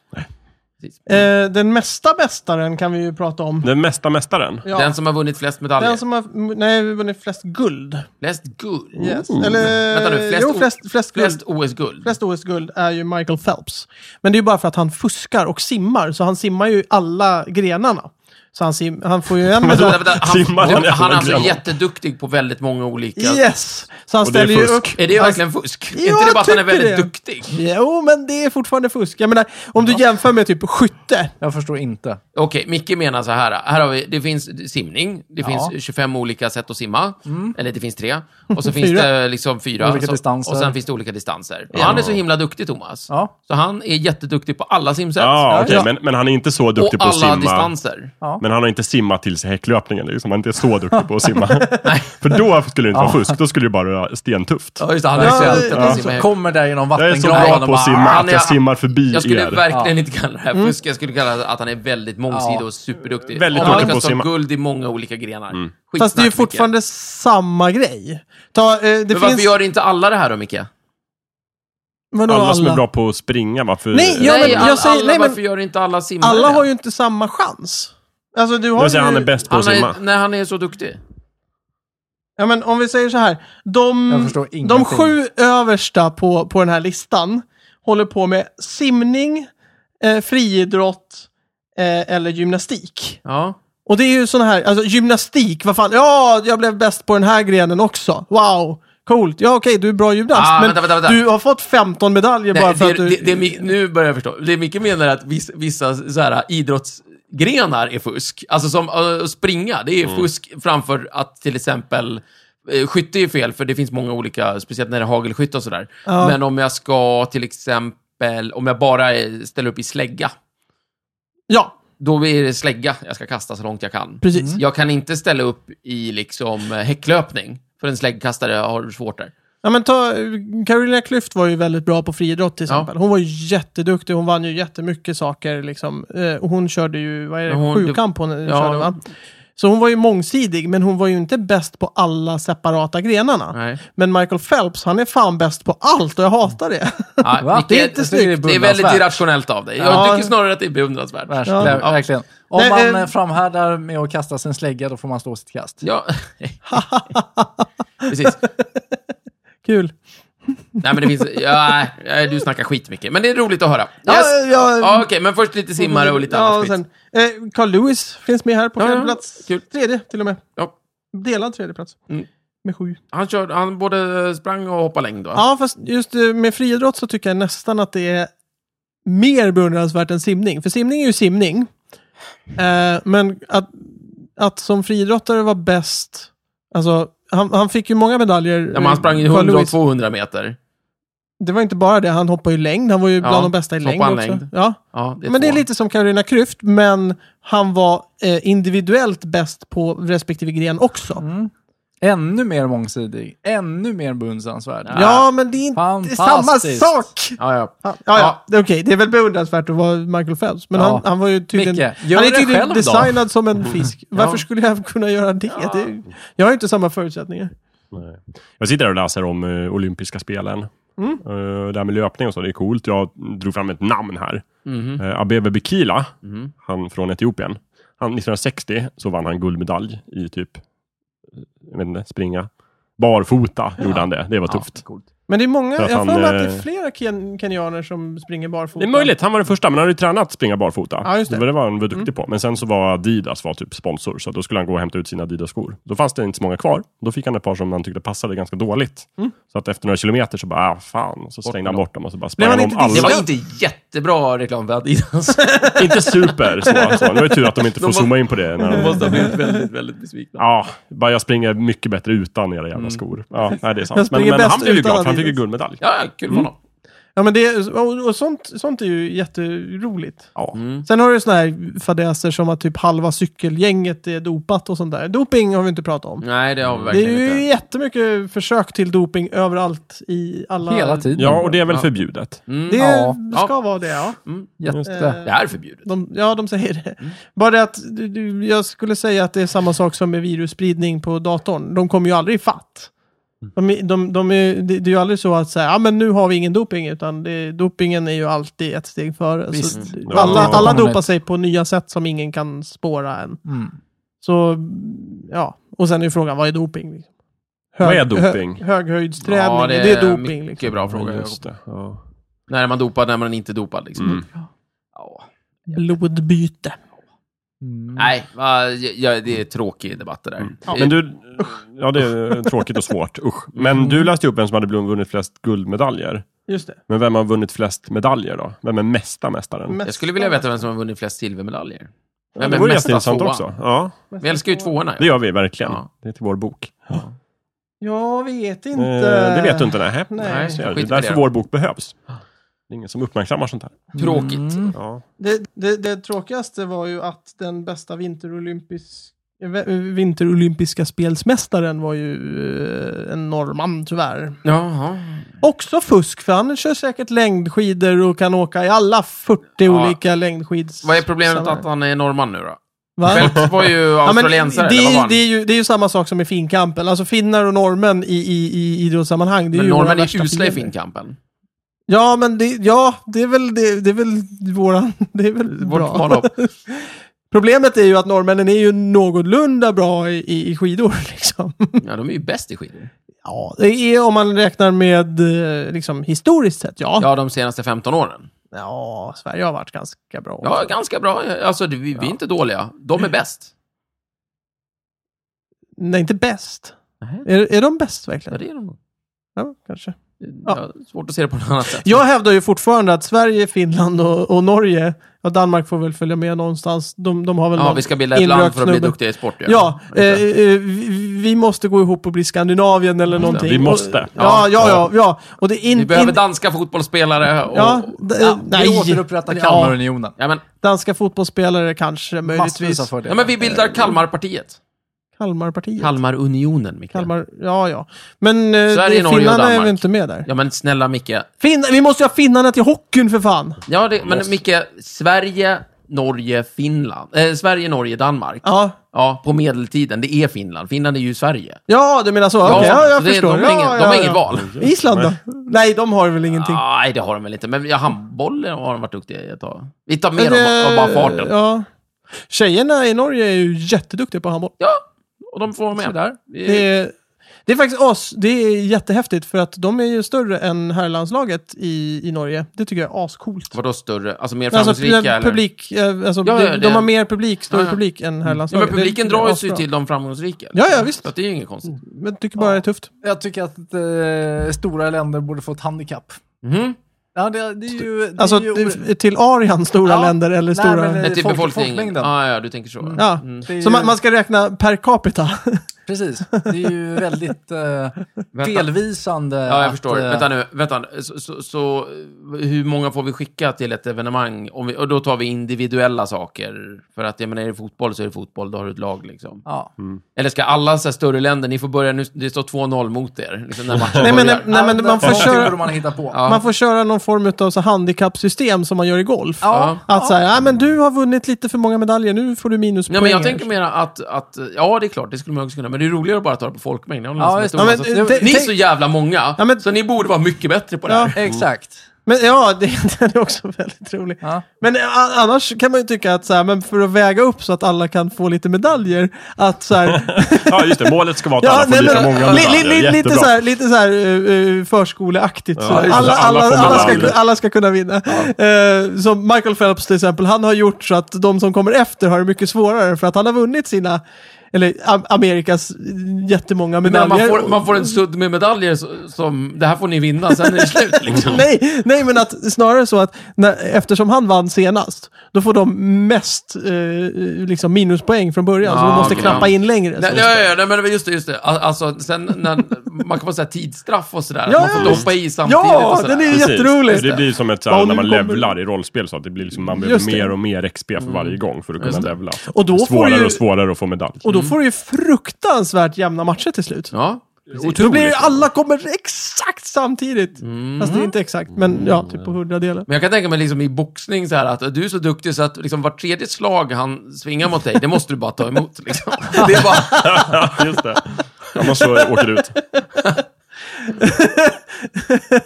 S2: Precis.
S4: Mm.
S1: Eh, den mesta bästaren kan vi ju prata om.
S4: Den mesta mästaren.
S1: Ja.
S2: Den som har vunnit flest medaljer.
S1: Den som har m- nej, vunnit flest guld.
S2: Flest guld.
S1: Yes. Eller,
S2: Vänta nu, flest
S1: jo,
S2: o-
S1: flest, flest, guld. flest
S2: Flest OS-guld.
S1: OS-guld är ju Michael Phelps. Men det är ju bara för att han fuskar och simmar, så han simmar ju alla grenarna. Så han, sim, han får ju en
S2: Vänta,
S1: medalj.
S2: Alltså, vänta, Han,
S4: Simmar den
S2: han,
S4: jävla
S2: han är alltså
S4: grabben.
S2: jätteduktig på väldigt många olika...
S1: Yes! Så han
S4: Och det är
S1: ställer ju upp
S4: fusk.
S2: Är det verkligen fusk? är inte det bara att han är
S1: tycker
S2: väldigt
S1: det.
S2: duktig?
S1: Jo, men det är fortfarande fusk. Jag menar, om du jämför med typ skytte.
S3: Jag förstår inte.
S2: Okej, Micke menar så här. här har vi, det finns simning, det
S3: Ja.
S2: finns 25 olika sätt att simma. Eller det finns tre. Och så finns
S1: Fyra.
S2: det liksom fyra.
S3: Olika
S2: så,
S3: distanser.
S2: Och sen finns det olika distanser. Han är så himla duktig, Thomas.
S3: Ja.
S2: Så han är jätteduktig på alla simsätt.
S4: Ja, okej,
S3: Ja.
S4: men, men han är inte så
S2: Och
S4: duktig på att
S2: alla
S4: simma.
S2: distanser.
S3: Ja.
S4: Men han har inte simmat till sig häcklöpningen. Liksom. Han är inte så duktig på att simma. För då skulle det inte vara fusk. Då skulle det bara vara stentufft.
S2: Ja, just det. Han har ju
S1: Ja,
S2: svältat
S1: ja.
S2: i sin
S3: Så
S2: häck.
S3: kommer där genom
S4: Jag är så
S3: vattengranen
S4: bra
S3: och
S4: på att
S3: bara...
S4: simma
S2: han
S4: att
S2: är-
S4: jag simmar förbi
S2: "Ah, Jag skulle
S4: er.
S2: verkligen inte kalla det här
S1: Mm.
S2: fusk. Jag skulle kalla det att han är väldigt mångsidig
S3: Ja.
S2: och superduktig.
S4: Väldigt
S2: Och han
S4: duktig på
S2: lyckas
S4: att
S2: ta
S4: simma.
S2: guld i många olika grenar. Mm.
S1: Fast det är ju fortfarande samma grej. Ta, eh, det
S2: Men varför
S1: finns...
S2: gör inte alla det här då, Micke?
S1: Vadå
S4: Alla som är bra på att springa, varför...
S1: Nej, Ja,
S2: nej,
S1: men jag
S2: alla,
S1: säger-
S2: alla,
S1: nej, men-
S2: varför gör inte alla simmare
S1: Alla
S2: det?
S1: har ju inte samma chans. Alltså du har
S4: jag säger
S1: ju...
S4: han är bäst på att
S2: han
S4: simma.
S2: är, Nej, han är så duktig.
S1: Ja, men om vi säger så här.
S3: Jag
S1: De,
S3: förstår
S1: de
S3: ingenting.
S1: sju översta på, på den här listan håller på med simning, eh, friidrott eh, eller gymnastik.
S2: Ja.
S1: Och det är ju sån här, alltså gymnastik, vad fan, ja, jag blev bäst på den här grenen också. Wow, coolt. Ja, okej, du är bra gymnast,
S2: Ah,
S1: men
S2: vänta, vänta, vänta.
S1: du har fått 15 medaljer
S2: Nej,
S1: bara för
S2: det,
S1: att du...
S2: det, det, är Mi- nu börjar jag förstå. Det Micke menar är att vissa, vissa så här, äh, idrottsgrenar är fusk. Alltså som eh, att springa, det är
S1: Mm.
S2: fusk framför att till exempel eh, Skytte är ju fel, för det finns många olika, speciellt när det är hagelskytte och sådär.
S1: Ja.
S2: Men om jag ska till exempel, om jag bara eh, ställer upp i slägga,
S1: Ja,
S2: då är det slägga jag ska kasta så långt jag kan.
S3: Mm.
S1: precis.
S2: Jag kan inte ställa upp i liksom eh, häcklöpning, för en släggkastare har svårt där.
S1: Ja, men ta, Carolina Klüft var ju väldigt bra på friidrott till
S2: Ja.
S1: exempel. Hon var ju jätteduktig, hon vann ju jättemycket saker. Liksom. Eh, och hon körde ju, vad är det,
S2: Men hon-
S1: sjukamp hon eh,
S2: Ja.
S1: körde va? Så hon var ju mångsidig, men hon var ju inte bäst på alla separata grenarna.
S2: Nej.
S1: Men Michael Phelps, han är fan bäst på allt och jag hatar det.
S2: Nej,
S3: Va?
S2: Micke,
S3: Det är inte
S2: jag
S3: snyggt.
S2: tycker Det är väldigt
S3: Beundransvärt.
S2: irrationellt av dig. Jag
S1: Ja.
S2: tycker snarare att det är beundransvärt.
S3: Värst,
S1: Ja.
S3: ver- Verkligen. Om
S1: Nej,
S3: man
S1: eh,
S3: eh, framhärdar med att kasta sin slägga, då får man stå sitt kast.
S2: Ja. Precis.
S1: Kul.
S2: Nej, men det finns... Ja, nej, du snackar skit mycket. Men det är roligt att höra. Yes.
S1: Ja, eh, ja.
S2: Ja, Okej, men först lite simmare och lite annat
S1: och
S2: skit.
S1: sen, eh, Carl Lewis finns med här på
S2: Ja,
S1: fjärde
S2: ja.
S1: plats.
S2: Kul.
S1: Tredje till och med.
S2: Ja.
S1: Delad tredje plats.
S2: Mm.
S1: Med sju.
S2: Han, körde, han både sprang och hoppade längd, va?
S1: Ja, fast just eh, med friidrott så tycker jag nästan att det är mer beundransvärt än simning. För simning är ju simning. Eh, men att, att som friidrottare vara bäst, alltså han, han fick ju många medaljer.
S2: Ja, men han sprang ju
S1: Carl
S2: 100 och
S1: Lewis.
S2: 200 meter.
S1: Det var inte bara det, han hoppade ju längd. Han var ju bland
S2: Ja,
S1: de bästa i
S2: hoppade
S1: längd också.
S2: han längd.
S1: Ja.
S2: Ja, det är
S1: men det är
S2: två.
S1: lite som Carolina Klüft, men han var eh, individuellt bäst på respektive gren också.
S3: Ännu mer mångsidig. Ännu mer beundransvärd.
S1: Ja, men det är inte samma
S3: Fantastiskt.
S1: sak!
S2: Ja, ja.
S1: Ja, ja, ja. Det är okej. Det är väl beundransvärt att vara Michael Phelps, men
S3: Ja.
S1: han, han var ju tydligen,
S3: Micke, gör
S1: han är
S3: det
S1: tydligen
S3: själv då. Mm.
S1: designad som en fisk. Varför skulle jag kunna göra det? det är, ju- jag har ju inte samma förutsättningar.
S4: Nej. Jag sitter här och läser om eh, olympiska spelen.
S2: Mm.
S4: Eh, det här med löpning och så, det är coolt. Jag drog fram ett namn här.
S2: Mhm.
S4: Eh, Abebe Bikila,
S2: Mhm.
S4: han från Etiopien. Han, 1960 så vann han guldmedalj i typ, eh, jag vet inte, springa. Barfota gjorde han det. Det var
S2: Ja,
S4: tufft.
S2: coolt.
S1: Men det är många,
S4: För
S1: jag
S4: att
S1: får
S4: han,
S1: mig att det är
S4: eh,
S1: flera ken, kenyaner som springer barfota.
S4: Det är möjligt. Han var den första, men han hade ju tränat springa barfota.
S1: Ja, just det. Mm.
S4: Så det var han var duktig på. Men sen så var Adidas var typ sponsor, så då skulle han gå och hämta ut sina Adidas-skor. Då fanns det inte så många kvar. Då fick han ett par som han tyckte passade ganska dåligt.
S1: Mm.
S4: Så att efter några kilometer så bara, ah, fan. Och så slängde han bort dem och så bara sprang
S1: Blev
S4: han
S1: han
S4: om
S1: inte
S4: alla.
S2: Det
S1: diskad?
S2: var inte jättebra reklam för Adidas.
S4: inte super. Så, så. Det var ju tur att de inte får
S2: måste-
S4: zooma in på det. När
S2: De
S4: de...
S2: måste ha blivit väldigt, väldigt besvikna.
S4: Ja, bara jag springer mycket bättre utan era jävla skor. Ja, nej, det är
S1: Mm. Jag
S4: sant. Men,
S1: springer
S4: men
S1: bäst
S4: han blev ju
S1: utan
S4: glad, för han fick ju
S1: Adidas.
S4: guldmedalj.
S2: Ja, ja, kul för honom.
S1: Ja, men det, och, och sånt, sånt är ju jätteroligt.
S4: Ja.
S1: Sen har du såna här fadäser som att typ halva cykelgänget är dopat och sånt där. Doping har vi inte pratat om.
S3: Mm,
S2: Nej, det har vi
S1: Det
S2: verkligen
S1: är
S2: inte.
S1: ju jättemycket försök till doping överallt i alla...
S3: Hela tiden.
S4: ja, och det är väl
S2: Ja.
S4: förbjudet.
S1: Det
S3: Ja.
S1: ska
S2: Ja.
S1: vara det, ja. Eh,
S3: Jätte.
S2: Det här är förbjudet.
S1: De, ja, de säger det.
S2: Mm.
S1: Bara det att du, du, jag skulle säga att det är samma sak som med virusspridning på datorn. De kommer ju aldrig i fatt.
S2: Mm.
S1: De, är- de, de är, det, det är ju aldrig så att säga, ja men nu har vi ingen doping, utan det, dopingen är ju alltid ett steg före. Så,
S3: Visst.
S1: det- alla
S4: Ja.
S1: alla
S3: Kommer
S1: dopar
S3: lätt.
S1: sig på nya sätt som ingen kan spåra än.
S3: Mm.
S1: Så, ja. Och sen är ju frågan, vad är doping? liksom?
S4: Vad är doping?
S1: Hö, höghöjdsträning,
S2: Ja,
S1: det,
S2: det
S1: är
S2: är
S1: doping.
S2: mycket
S1: Liksom.
S2: bra fråga.
S4: Just det. Ja.
S2: När är man dopad, när är man inte dopad liksom.
S4: Mm.
S2: Ja.
S1: Blodbyte.
S3: Mm.
S2: Nej, va, ja, det är tråkig debatt det där.
S4: Mm. Men du, ja det är tråkigt och svårt, usch. Men
S1: Mm.
S4: du läste upp vem som hade blivit- vunnit flest guldmedaljer.
S1: Just det.
S4: Men vem har vunnit flest medaljer då? Vem är mesta mästaren?
S2: Jag skulle vilja veta vem som har vunnit flest silvermedaljer. Vem
S4: det
S2: är
S4: vore
S2: mesta
S4: jätteintressant
S2: tvåa?
S4: också. Ja,
S2: Vi älskar ju tvåorna.
S4: det
S2: Ja.
S4: gör vi verkligen.
S2: Ja.
S4: Det är till vår bok.
S1: Jag vet inte.
S4: Eh, det vet du inte? Nej.
S1: Nej.
S4: Nej,
S2: Nej,
S4: ser
S2: jag
S4: du. det
S2: skiter
S4: är
S2: i det
S4: därför
S2: då.
S4: vår bok behövs. Det är ingen som uppmärksammar sånt här.
S2: Tråkigt.
S1: Mm.
S4: Ja.
S1: Det, det, det tråkigaste var ju att den bästa vinterolympisk, eh, vinterolympiska spelsmästaren var ju eh, en norrman tyvärr.
S2: Jaha.
S1: Också fusk, för han kör säkert längdskidor och kan åka i alla 40
S2: Ja.
S1: olika längdskids...
S2: Vad är problemet att han är norrman nu då?
S1: Va?
S2: Phelps var ju
S1: Ja, men det,
S2: australiensare, eller vad var
S1: är,
S2: han?
S1: det, är ju, det är ju samma sak som i finkampen. Alltså finnar och norrmän i, i, i idrottssammanhang. Det är
S2: Men
S1: ju våra
S2: norrmän är
S1: värsta
S2: usla i
S1: fiender.
S2: finkampen.
S1: Ja, men det, ja, det är väl, det, det är väl våran, det är väl
S2: Vårt
S1: bra.
S2: kvalhopp.
S1: Problemet är ju att norrmännen är ju någorlunda bra i, i, i skidor. Liksom.
S2: Ja, de är ju bäst i skidor.
S1: Ja, det är om man räknar med eh, liksom, historiskt sett, ja. ja.
S2: Ja, de senaste 15 åren.
S1: Sverige har varit ganska bra.
S2: Ja, ganska bra. Alltså, det- vi, vi är inte dåliga. De är bäst.
S1: Nej, inte bäst.
S2: Nej.
S1: Är, är de bäst
S2: Ja,
S1: verkligen?
S2: det är de.
S1: Ja, kanske.
S2: Ja, svårt att se det på något annat sätt.
S1: Jag hävdar ju fortfarande att Sverige, Finland och, och Norge, ja Danmark får väl följa med någonstans. De, de har väl
S2: Ja,
S1: någon
S2: vi ska bilda ett land för att bli
S1: inrökt snubbe.
S2: duktiga i sport.
S1: Ja, eh, eh, vi, vi måste gå ihop och bli Skandinavien eller någonting.
S4: vi måste.
S1: Och, ja, ja, ja, ja. Och det är in,
S2: vi behöver
S1: in,
S2: danska fotbollsspelare och...
S1: ja, d-
S2: ja.
S1: nej.
S3: Vi återupprättar
S1: Ja.
S3: Kalmarunionen.
S2: Ja, men,
S1: Danska fotbollsspelare kanske,
S3: Massvis av
S1: möjligtvis.
S2: ja,
S3: fördelar.
S2: men vi bildar Kalmarpartiet.
S1: Kalmarpartiet.
S2: Kalmarunionen, Micke.
S1: Kalmar, ja, ja. Men eh,
S2: Sverige,
S1: det,
S2: Norge och
S1: finnarna är
S2: Danmark.
S1: väl inte med där?
S2: Ja, men snälla Micke.
S1: Finn, vi måste ju ha finnarna till hockeyn för fan!
S2: Ja, det, men Micke, Sverige, Norge, Finland. Eh, Sverige, Norge, Danmark.
S1: Ja,
S2: Ja, på medeltiden. Det är Finland. Finland är ju Sverige.
S1: ja du menar så? Okej, ja, jag
S2: så det,
S1: förstår.
S2: De har,
S1: ja,
S2: ingen,
S1: ja,
S2: de har
S1: ja.
S2: inget val.
S1: Island då? Nej, de har väl ingenting.
S2: Nej, det har de väl inte. Men ja, handbollen har de varit duktiga i att ta. Vi tar med
S1: Men det-
S2: dem av bara farten. Ja.
S1: Eh, Ja. Tjejerna i Norge är ju jätteduktiga på handboll.
S2: och de får vara med. Där.
S1: Det är, det är faktiskt oss. Det är jättehäftigt för att de är ju större än herrlandslaget i, i Norge. Det tycker jag är ascoolt.
S2: Vadå större? Alltså mer
S1: Alltså,
S2: framgångsrika? eller?
S1: publik, eh, alltså,
S2: Ja, ja,
S1: de,
S2: det-
S1: de har mer publik, större
S2: Ja, ja.
S1: publik än
S2: Ja,
S1: herrlandslaget.
S2: men
S1: Det
S2: publiken
S1: tycker jag
S2: drar
S1: är
S2: sig
S1: asbra.
S2: till de framgångsrika. liksom.
S1: Ja, ja, visst. Mm.
S2: Så att det är ju inget konstigt.
S1: Men jag tycker bara det är tufft.
S3: Jag tycker att eh, stora länder borde få ett handikapp.
S2: Mhm.
S3: Ja, det, det är ju... Det
S1: Alltså
S3: är ju or-
S1: t- till Arian stora
S3: Ja.
S1: länder eller
S3: Nej,
S1: stora...
S3: men-
S2: Nej, till
S3: folk-
S2: befolkningen.
S3: folkmängden.
S2: Ah, ja, du tänker så.
S1: ja.
S2: Mm.
S3: det är
S1: Så
S3: ju-
S1: man, man ska räkna per capita.
S3: Precis. Det är ju väldigt eh, delvisande.
S2: Ja, jag
S3: att,
S2: förstår.
S3: eh,
S2: Vänta nu. Vänta. nu. Så, så, så eh, hur många får vi skicka till ett evenemang? Om vi, och då tar vi individuella saker. För att, jag menar, är det fotboll så är det fotboll. Då har du ett lag liksom.
S3: Ja.
S2: Eller ska alla så här, större länder, ni får börja nu, det står 2-0 mot er. Liksom, när matchen
S1: Nej men,
S2: börjar.
S1: nej, men
S3: Ja,
S1: man får
S3: någonting
S1: köra...
S3: borde man hitta på.
S2: Ja.
S1: Man får köra någon form av så handikappsystem som man gör i golf.
S3: Ja.
S1: Att säga, ja men du har vunnit lite för många medaljer, nu får du minuspoäng.
S2: Nej, men jag
S1: här."
S2: tänker mera att, att, ja det är klart, det skulle man också kunna, men det är roligare att bara ta det på folkmängd. Jag håller
S3: Ja,
S2: med
S3: just det.
S2: Thomas.
S1: Ja, men,
S2: Alltså,
S1: tänk-
S2: ni är
S1: tänk-
S2: så jävla många,
S1: Ja, men-
S2: så ni borde vara mycket bättre på det
S1: Ja.
S2: här.
S3: Exakt.
S1: Men ja, det, den är också väldigt rolig.
S3: Ja.
S1: Men eh, a- annars kan man ju tycka att så här, men för att väga upp så att alla kan få lite medaljer, att så här,
S4: ja, just det. Målet ska vara att alla får
S1: nej,
S4: lika
S1: men-
S4: många
S1: li,
S4: medaljer.
S1: li, li, lite
S4: Jättebra.
S1: så här, lite så här eh, eh, förskoleaktigt. så.
S4: Ja, just
S1: Alla,
S4: det.
S1: alla,
S4: Alla
S1: alla,
S4: får
S1: ska,
S4: medaljer.
S1: ku- alla ska kunna vinna. Eh, som Michael Phelps till exempel, han har gjort så att de som kommer efter har det mycket svårare för att han har vunnit sina, eller Am- Amerikas jättemånga
S2: Men man
S1: medaljer.
S2: får, man får en sudd med medaljer så- som, det här får ni vinna, sen är det slut liksom.
S1: Nej, nej, men att snarare så att när, eftersom han vann senast, då får de mest eh, liksom minuspoäng från början, så
S2: Ah,
S1: de måste
S2: okej.
S1: knappa in längre.
S2: Nej,
S1: så.
S2: ja, ja, nej, men just det, just det. Al- Alltså, sen när, man kan få säga tidsstraff och sådär.
S1: Ja,
S2: man får
S1: ja,
S2: inte
S1: visst.
S2: hoppa i samtidigt och
S1: ja,
S2: sådär.
S1: den är ju
S4: Precis.
S1: jätterolig!
S4: Det blir som ett, så
S1: Ja,
S4: här, när
S1: nu
S4: man
S1: kommer-
S4: levlar i rollspel, så att det blir liksom, man
S1: Just
S4: behöver
S1: det. Mm.
S4: mer och mer XP för varje gång för att kunna levla.
S1: Och då får
S4: svårare
S1: ju-
S4: och svårare att få medalj.
S1: Och då får du ju fruktansvärt jämna matcher till slut.
S2: Ja.
S1: Då blir det, alla kommer exakt samtidigt.
S4: Mm.
S1: Fast det är inte exakt, men ja, typ på hundradelar.
S2: Men jag kan tänka mig liksom i boxning så här att du är så duktig så att liksom vart tredje slag han svingar mot dig, det måste du bara ta emot liksom. Det är bara,
S4: Just det. Annars så åker du ut.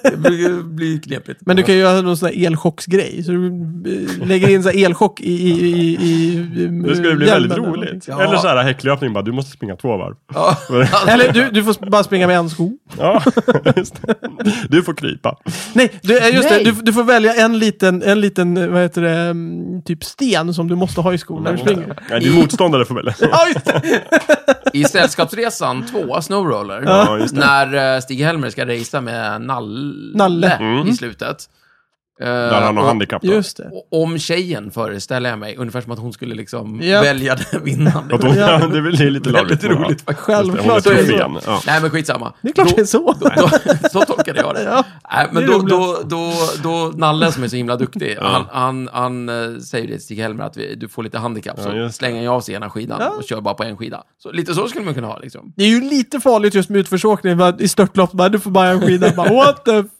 S2: det blir, blir knepigt.
S1: Men du kan ju göra någon sån här elchocksgrej. Så du eh, lägger in så här elchock i, i, i, i, i eh,
S4: Det skulle bli
S1: hjälmen eller
S4: väldigt roligt.
S1: någonting.
S4: Eller så här häcklöpning bara, du måste springa två varv.
S2: Ja.
S1: Eller du, du får bara springa med en sko.
S4: Ja, just det. Du får krypa.
S1: Nej, du, eh, just
S2: Nej.
S1: det. Du, du får välja en liten, en liten, eh, vad heter det, mm, typ sten som du måste ha i skon när du springer.
S4: Nej, din motståndare får välja.
S1: Ja, just det.
S2: I Sällskapsresan 2, Snowroller,
S4: Ja, just det.
S2: när eh, Stig Helmer ska racea med Nalle,
S1: Nalle. Mm.
S2: i slutet. Eh,
S4: Där han har
S2: och-
S4: handikapp då.
S1: Just det.
S2: och Om tjejen föreställer jag mig, ungefär som att hon skulle liksom
S1: Japp.
S2: välja den vinnande.
S4: Att hon,
S1: Ja. Alltså,
S4: det är väl- det är lite
S2: Väldigt
S4: larvigt. bara.
S2: roligt faktiskt.
S4: Just det, Hon är
S1: Självklart.
S2: så är det.
S4: trofén. Ja.
S2: Nej men skitsamma.
S1: Det är klart
S2: Då-
S1: det är så.
S2: då, så tolkade jag det.
S1: Ja,
S2: Nej,
S1: det
S2: men
S1: är
S2: då,
S1: roligt.
S2: då, då, då, Nalle som är så himla duktig, han, han, han eh, säger det till Stig-Helmer att vi, du får lite handikapp, så
S4: Ja, just det.
S2: slänger jag av sig ena skidan
S1: Ja.
S2: och kör bara på en skida. Så, lite så skulle man kunna ha liksom.
S1: Det är ju lite farligt just med utförsåkning bara i störtlopp. Bara, du får bara en skida. Bara, What the fuck?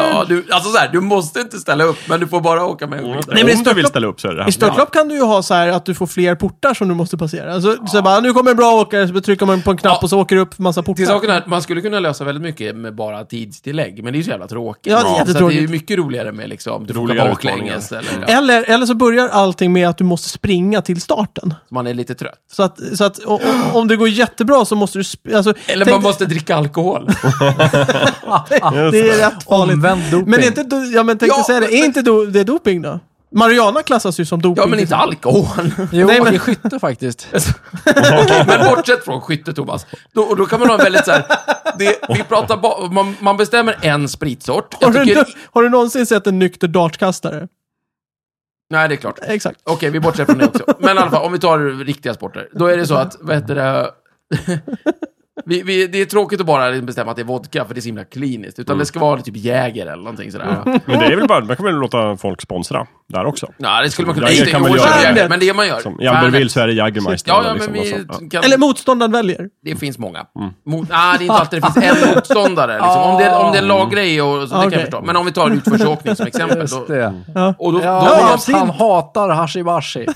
S2: Ja, du, alltså så här, du måste inte ställa upp, men du får bara åka med en
S4: Mm.
S2: skida.
S1: men det är
S4: Om du vill
S1: störtlopp-
S4: ställa upp så är det det
S1: I
S4: här.
S1: störtlopp kan du ju ha så här att du får fler portar som du måste passera. Alltså, så bara, nu kommer en bra åkare, så trycker man på en knapp
S2: Ja.
S1: och så åker det upp massa portar.
S2: Till saken är att man skulle kunna lösa väldigt mycket med bara tidstillägg, men det är ju så jävla tråkigt.
S1: Ja, det är
S2: så att det är ju
S1: jättetråkigt.
S2: mycket roligare med liksom, du får åka
S4: Roligare
S2: baklänges eller ja,
S1: Eller, eller så börjar allting med att du måste springa till starten.
S2: man är lite trött.
S1: Så att, så att o- o- om det går jättebra så måste du... sp- Alltså,
S2: Eller
S1: tänk-
S2: man måste dricka alkohol.
S1: Det är rätt farligt.
S3: Omvänd doping.
S1: Men, är inte, do- ja, men tänkte
S2: Ja,
S1: säga det,
S2: men-
S1: är inte do, det är doping då? Mariana klassas ju som doping.
S2: Ja, men inte alkohol.
S3: Jo,
S1: Nej,
S3: Nej,
S1: men-
S3: men... det är skytte faktiskt.
S2: Alltså- Okej, men bortsett från skytte, Thomas. Då, och då kan man ha en väldigt så här, det, vi pratar ba, man, man bestämmer en spritsort.
S1: Har du,
S2: Jag tycker,
S1: har du någonsin sett en nykter dartkastare?
S2: nej, det är klart.
S1: Exakt.
S2: Okej, vi bortser från det också. Men i alla fall, om vi tar riktiga sporter. Då är det så att, vad heter det? Vi, vi, det är tråkigt att bara bestämma att det är vodka, för det är så himla kliniskt. Utan det ska vara typ Jäger eller någonting sådär.
S4: Men det är väl bara, man kan väl låta folk sponsra där också.
S2: Nej, det skulle man kunna...
S4: Jäger
S2: Nej,
S4: kan
S2: det
S4: man
S2: är
S4: göra.
S2: Jäger, men det är man gör.
S4: Som, I Albertville så är det Jägermeister.
S2: Ja, ja,
S4: liksom,
S2: men
S4: och Mm.
S2: vi
S4: sånt. Ja.
S2: kan...
S1: Eller motståndaren väljer.
S2: Det finns många. Mot, nej, det är inte alltid det finns en motståndare. Liksom. Om, det, om det är
S4: Mm.
S2: en laggrej och så, det kan
S1: Okej.
S2: jag förstå. Men om vi tar utförsåkning som exempel. Då,
S3: Just det.
S2: och då,
S3: Ja,
S2: då,
S1: Ja,
S3: att han
S1: sin-
S3: hatar hashibashi.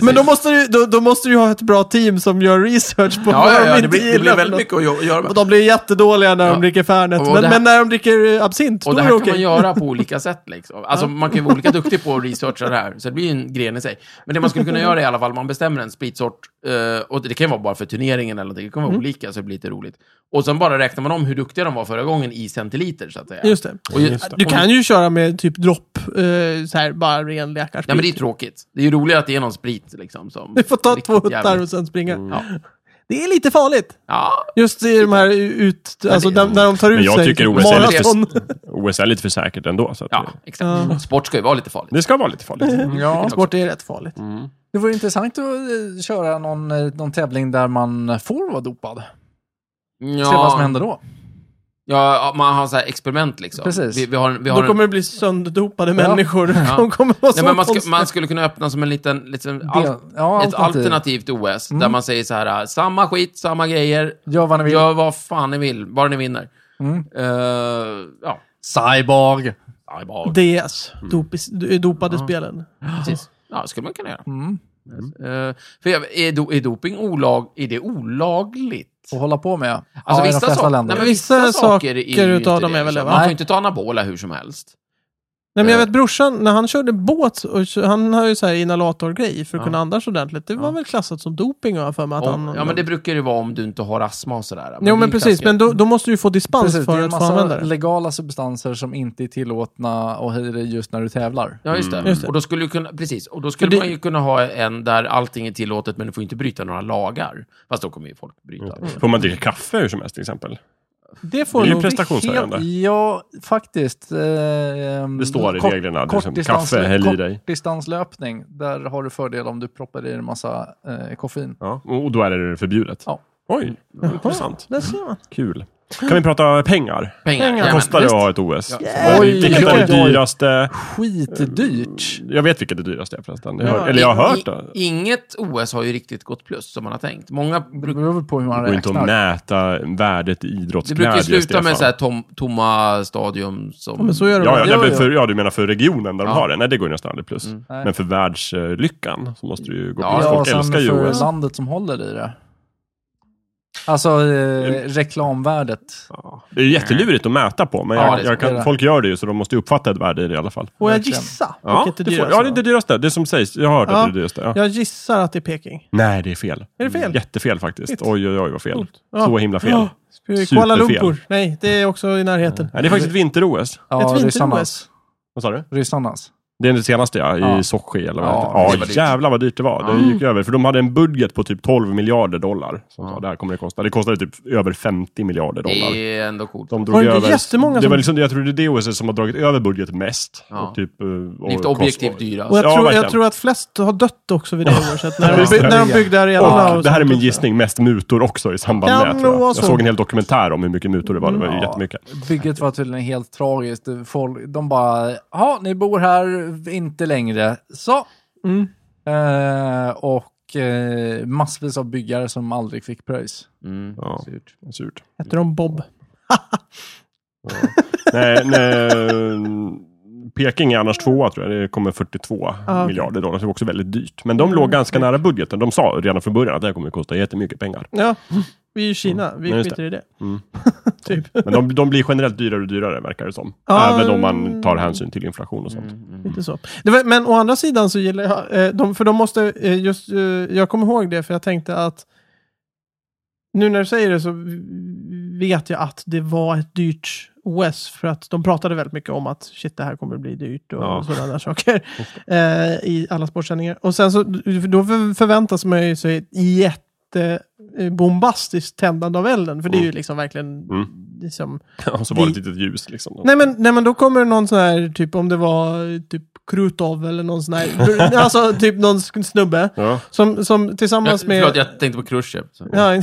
S1: Men då måste, du, då, då måste du ju ha ett bra team som gör research på
S2: ja,
S1: vad
S2: ja, ja,
S1: de
S2: det,
S1: inte
S2: blir, det
S1: gillar
S2: blir
S1: för
S2: väldigt
S1: något.
S2: mycket att gö- göra med.
S1: Och de blir jättedåliga när
S2: Ja.
S1: de dricker Fernet.
S2: Och
S1: Men,
S2: det här-
S1: men när de dricker eh, absint,
S2: Och
S1: då
S2: det
S1: är
S2: här
S1: det
S2: kan
S1: okej.
S2: man göra på olika sätt. Liksom. Alltså, Man kan ju vara olika duktig på att researcha det här, så det blir ju en gren i sig. Men det man skulle kunna göra är i alla fall, man bestämmer en spritsort, eh, och det kan ju vara bara för turneringen eller någonting, det
S1: Mm.
S2: kan vara olika, så det blir lite roligt. Och sen bara räknar man om hur duktiga de var förra gången i centiliter, så att säga.
S1: Just det.
S2: Och ju-
S4: Just det.
S1: Du kan ju köra med typ dropp, eh, så här, bara ren läkarsprit.
S2: Ja, men det är tråkigt. Det är ju roligare att det är någon sprit liksom. Som
S1: Du får ta
S2: riktigt
S1: två huttar
S2: jävligt- Mm.
S1: och sen springa.
S2: Ja.
S1: Det är lite farligt.
S2: ja,
S1: Just i de här ut... Alltså
S2: det-
S1: när, när de tar
S4: Men
S1: ut
S4: jag
S1: sig. typ
S4: tycker OS är lite-
S1: maraton.
S4: OS är lite för säkert ändå. Så att
S2: ja, Mm.
S4: det,
S2: exakt. Sport ska ju vara lite farligt.
S4: det ska vara lite farligt.
S3: Ja.
S1: Sport är rätt farligt.
S3: Det vore intressant att eh, köra någon, eh, någon tävling där man får vara dopad.
S2: Ja,
S3: Se vad som händer då.
S2: Ja, ja, man har så här experiment liksom.
S3: Precis.
S2: Vi, vi har, en- vi har
S1: Då
S2: en-
S1: kommer det bli sönderdopade
S3: Ja.
S1: människor.
S2: Ja.
S1: De kommer vara
S2: ja,
S1: så
S2: men man, ska,
S1: konstiga.
S2: man skulle kunna öppna som en liten, liten al,
S3: Be- ja,
S2: ett
S3: alternativ.
S2: alternativt OS, där man säger så här, äh, samma skit, samma grejer,
S3: Gör vad ni vill.
S2: gör vad fan ni vill, bara ni vinner.
S3: Mm.
S2: Eh, ja,
S3: Cyborg.
S2: Ja, bara-
S1: DS.
S2: Mm.
S1: Dopis, d- dopade spelen.
S2: precis. Ja, skulle man kunna göra.
S3: Mm.
S2: Eh, för jag, är, do, är doping olag, är det olagligt?
S3: Och hålla på med.
S2: Alltså
S3: ja, i de
S2: vissa,
S3: flesta
S2: saker-
S3: länder.
S2: nej, men
S1: Vissa
S2: är ju
S1: saker
S2: inte
S1: utav
S2: det,
S1: dem är väl det,
S2: liksom.
S1: va?
S2: Man får
S3: Nej.
S2: ju inte ta anabola hur som helst.
S1: Nej, men jag
S2: Eh.
S1: vet brorsan, när han körde båt, och, kö- han har ju så här inhalatorgrej för att
S2: Ja.
S1: kunna andas ordentligt. Det var väl klassat som doping har jag för mig att
S2: Om,
S1: han...
S2: ja, men det brukar ju vara om du inte har astma och sådär.
S1: Jo,
S2: det är
S1: men
S2: ju
S1: precis.
S2: klassiker.
S1: Men då, då måste du ju få dispens
S3: Precis, det
S1: för
S3: är en
S1: att få använda
S3: massa
S1: det.
S3: legala substanser som inte är tillåtna och höjer dig just när du tävlar.
S2: Ja, just det.
S1: just det.
S2: Och då skulle, du kunna, precis. Och då skulle
S1: För det-
S2: man ju kunna ha en där allting är tillåtet, men du får inte bryta några lagar. Fast då kommer ju folk bryta.
S4: Får man dricka kaffe hur som helst till exempel?
S1: Det
S4: Det
S1: får
S4: är ju
S1: nog...
S4: prestationshöjande.
S3: Helt- Ja, faktiskt. Eh,
S4: Det står i
S3: kort-
S4: reglerna. Det är som
S3: kortdistans-
S4: kaffe, häll i dig.
S3: Kortdistanslöpning, där har du fördel om du proppar i en massa eh, koffein.
S4: Ja. Och då är det förbjudet.
S3: Ja.
S4: Oj, intressant.
S1: Där ser man.
S4: Kul. Kan vi prata pengar?
S2: Pengar.
S1: Pengar.
S2: Jajamän.
S4: Vad kostar det
S2: Just-
S4: att ha ett OS?
S3: Ja. Oj,
S4: vilket är det
S3: oj, oj.
S4: dyraste?
S3: Skitdyrt.
S4: Jag vet vilket det dyraste är förresten. Jag hör,
S1: Ja.
S4: eller jag har
S2: I-
S4: hört det.
S2: Inget OS har ju riktigt gått plus, som man har tänkt. Många
S3: Det
S2: bruk,
S3: beror väl på hur man
S4: Det går inte att
S3: räknar.
S4: mäta värdet i
S2: det
S4: idrottsglädje,
S2: brukar ju sluta med
S4: Stefan.
S2: så här tom, tomma stadium
S1: Ja,
S2: som...
S1: men så gör det
S4: Ja,
S1: väl.
S4: ja,
S3: Ja,
S4: nej, men
S3: ja.
S4: för, ja, du menar för regionen där
S2: Ja. Mm.
S4: de har det? Nej, det går ju nästan aldrig plus.
S3: Nej.
S4: Men för världslyckan så måste det ju gå
S2: Ja,
S4: plus.
S3: Ja, och
S4: Folk
S3: sen
S4: älskar ju
S3: för
S4: OS.
S3: landet som håller i det. Alltså eh, reklamvärdet.
S4: Ja. Det är ju jättelurigt att mäta på, men
S2: Ja, det
S4: jag,
S2: är
S4: jag
S2: så.
S4: kan, folk gör det ju så de måste ju uppfatta ett värde i det i alla fall.
S1: Får jag
S3: Verkligen.
S1: gissa?
S4: Ja,
S1: vilket det
S4: det, får,
S1: dyraste
S4: ja, det är det dyraste. Det som sägs. Jag har hört
S1: Ja.
S4: att det är det dyraste. Ja.
S1: Jag gissar att det är Peking.
S4: Nej, det är fel.
S1: Är det fel?
S4: Jättefel faktiskt.
S1: Shit.
S4: Oj, oj, oj vad fel.
S1: Ja.
S4: Så himla fel.
S1: Ja. Kuala
S4: Superfel.
S1: Lumpur. Nej, det är också i närheten.
S4: Nej, det är faktiskt vinter-OS.
S1: Ett
S3: Ja,
S1: vinter-OS.
S3: ryssarnas.
S4: Vad sa du?
S3: Ryssarnas.
S4: Det är det senaste ja, i
S3: Ja.
S4: Sochi eller vad
S3: Ja,
S4: ja,
S2: det
S4: ja
S2: var dyrt.
S4: jävlar vad dyrt det var. Det gick över, för de hade en budget på typ 12 miljarder dollar. Som sa, det här kommer det kosta. Det kostade typ över 50 miljarder dollar.
S2: Det är ändå coolt.
S4: De drog
S1: Var det inte
S4: över,
S1: jättemånga
S4: det
S1: som-
S4: var liksom, Jag tror det är det OSS som har dragit över budget mest.
S2: Ja.
S4: Och typ, eh, och
S2: Lite
S4: kost-
S2: objektivt dyra.
S1: Och jag,
S4: Ja,
S1: tror,
S4: verkligen.
S1: jag tror att flest har dött också vid det oavsett. När,
S4: Ja,
S1: de, by-
S4: det.
S1: när de byggde arenorna.
S4: Och
S1: och
S4: det här är
S1: sånt
S4: min
S1: också.
S4: gissning, mest mutor också i samband
S1: Kan
S4: med. Tror
S1: nog
S4: jag.
S1: vara
S4: jag
S1: så.
S4: såg en hel dokumentär om hur mycket mutor det var. Det var ju
S1: Mm,
S3: Ja.
S4: jättemycket.
S3: Bygget var tydligen helt tragiskt. Folk, de bara, ja, ni bor här, inte längre. Så.
S1: Mm.
S3: Eh, och eh, massvis av byggare som aldrig fick pröjs.
S2: Mm.
S4: Ja.
S2: Surt.
S4: Surt.
S1: Hette de Bob?
S4: nej, nej, Peking är annars tvåa tror jag. Det kommer 42
S1: Ja, Ah, okej. Mm,
S4: miljarder dollar. Det var också väldigt dyrt. Men de låg ganska nära budgeten. De sa redan från början att det här kommer att kosta jättemycket pengar.
S1: Ja, vi är i Kina. Vi
S4: Ja, just
S1: skiter i det.
S4: Mm.
S1: typ. Ah.
S4: Men de, de blir generellt dyrare och dyrare verkar det som.
S1: Ja.
S4: Även om man tar hänsyn till inflation och sånt.
S2: Mm,
S1: Lite så. Det var, men å andra sidan så gillar jag, eh, de, för de måste, eh, just, eh, jag kommer ihåg det för jag tänkte att nu när du säger det så vet jag att det var ett dyrt OS för att de pratade väldigt mycket om att shit det här kommer bli dyrt och
S4: Ja.
S1: sådana där saker eh, i alla sportsändningar. Och sen så då för- förväntas man ju sig ett jättebombastiskt tändande av elden för det är ju liksom verkligen
S4: Mm.
S1: liksom,
S2: Mm.
S4: Och så var det ett
S1: Vi-
S4: litet ljus liksom.
S1: Nej men, nej men då kommer det någon sån här, typ om det var eh, typ Krutov eller någon sån här, alltså typ någon sk- snubbe
S4: Ja.
S1: som, som tillsammans
S2: Jag,
S1: med...
S2: förlåt, jag tänkte på Khrushchev. så.
S1: Ja,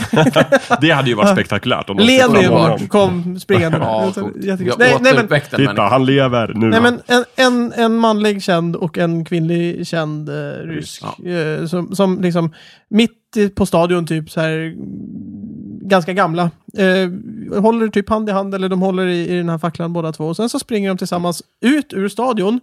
S4: Det hade ju varit spektakulärt. Om de skulle ta bort honom.
S1: Lenin kom springande.
S2: Ja,
S1: Utan-
S2: coolt.
S1: jättekul.
S2: Jag
S1: nej, nej, men,
S2: återuppväckte en
S4: Titta,
S2: människa.
S4: han lever nu.
S1: nej men en, en, en manlig känd och en kvinnlig känd eh, rysk.
S2: Rysk,
S1: Eh, som, som liksom mitt i- på stadion typ så här mm, ganska gamla. Eh, håller typ hand i hand eller de håller i, i den här facklan båda två. Och sen så springer de tillsammans ut ur stadion.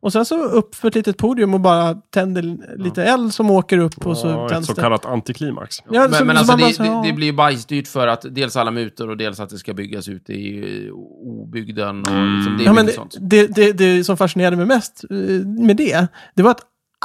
S1: Och sen så upp för ett litet podium och bara tänder lite eld som åker upp och så
S4: Ja, ett
S1: tänds
S4: så
S1: det.
S4: kallat antiklimax.
S1: Ja,
S2: men
S1: så-
S2: men
S1: så
S2: alltså,
S1: man bara
S2: det,
S1: så här,
S2: det, det
S1: ja.
S2: blir ju bajsdyrt för att dels alla mutor och dels att det ska byggas ut i eh, obygden. Och,
S4: Mm.
S2: liksom, det är
S1: Ja, men
S2: mycket
S1: det,
S2: sånt.
S1: det, det, det som fascinerade mig mest eh, med det, det var att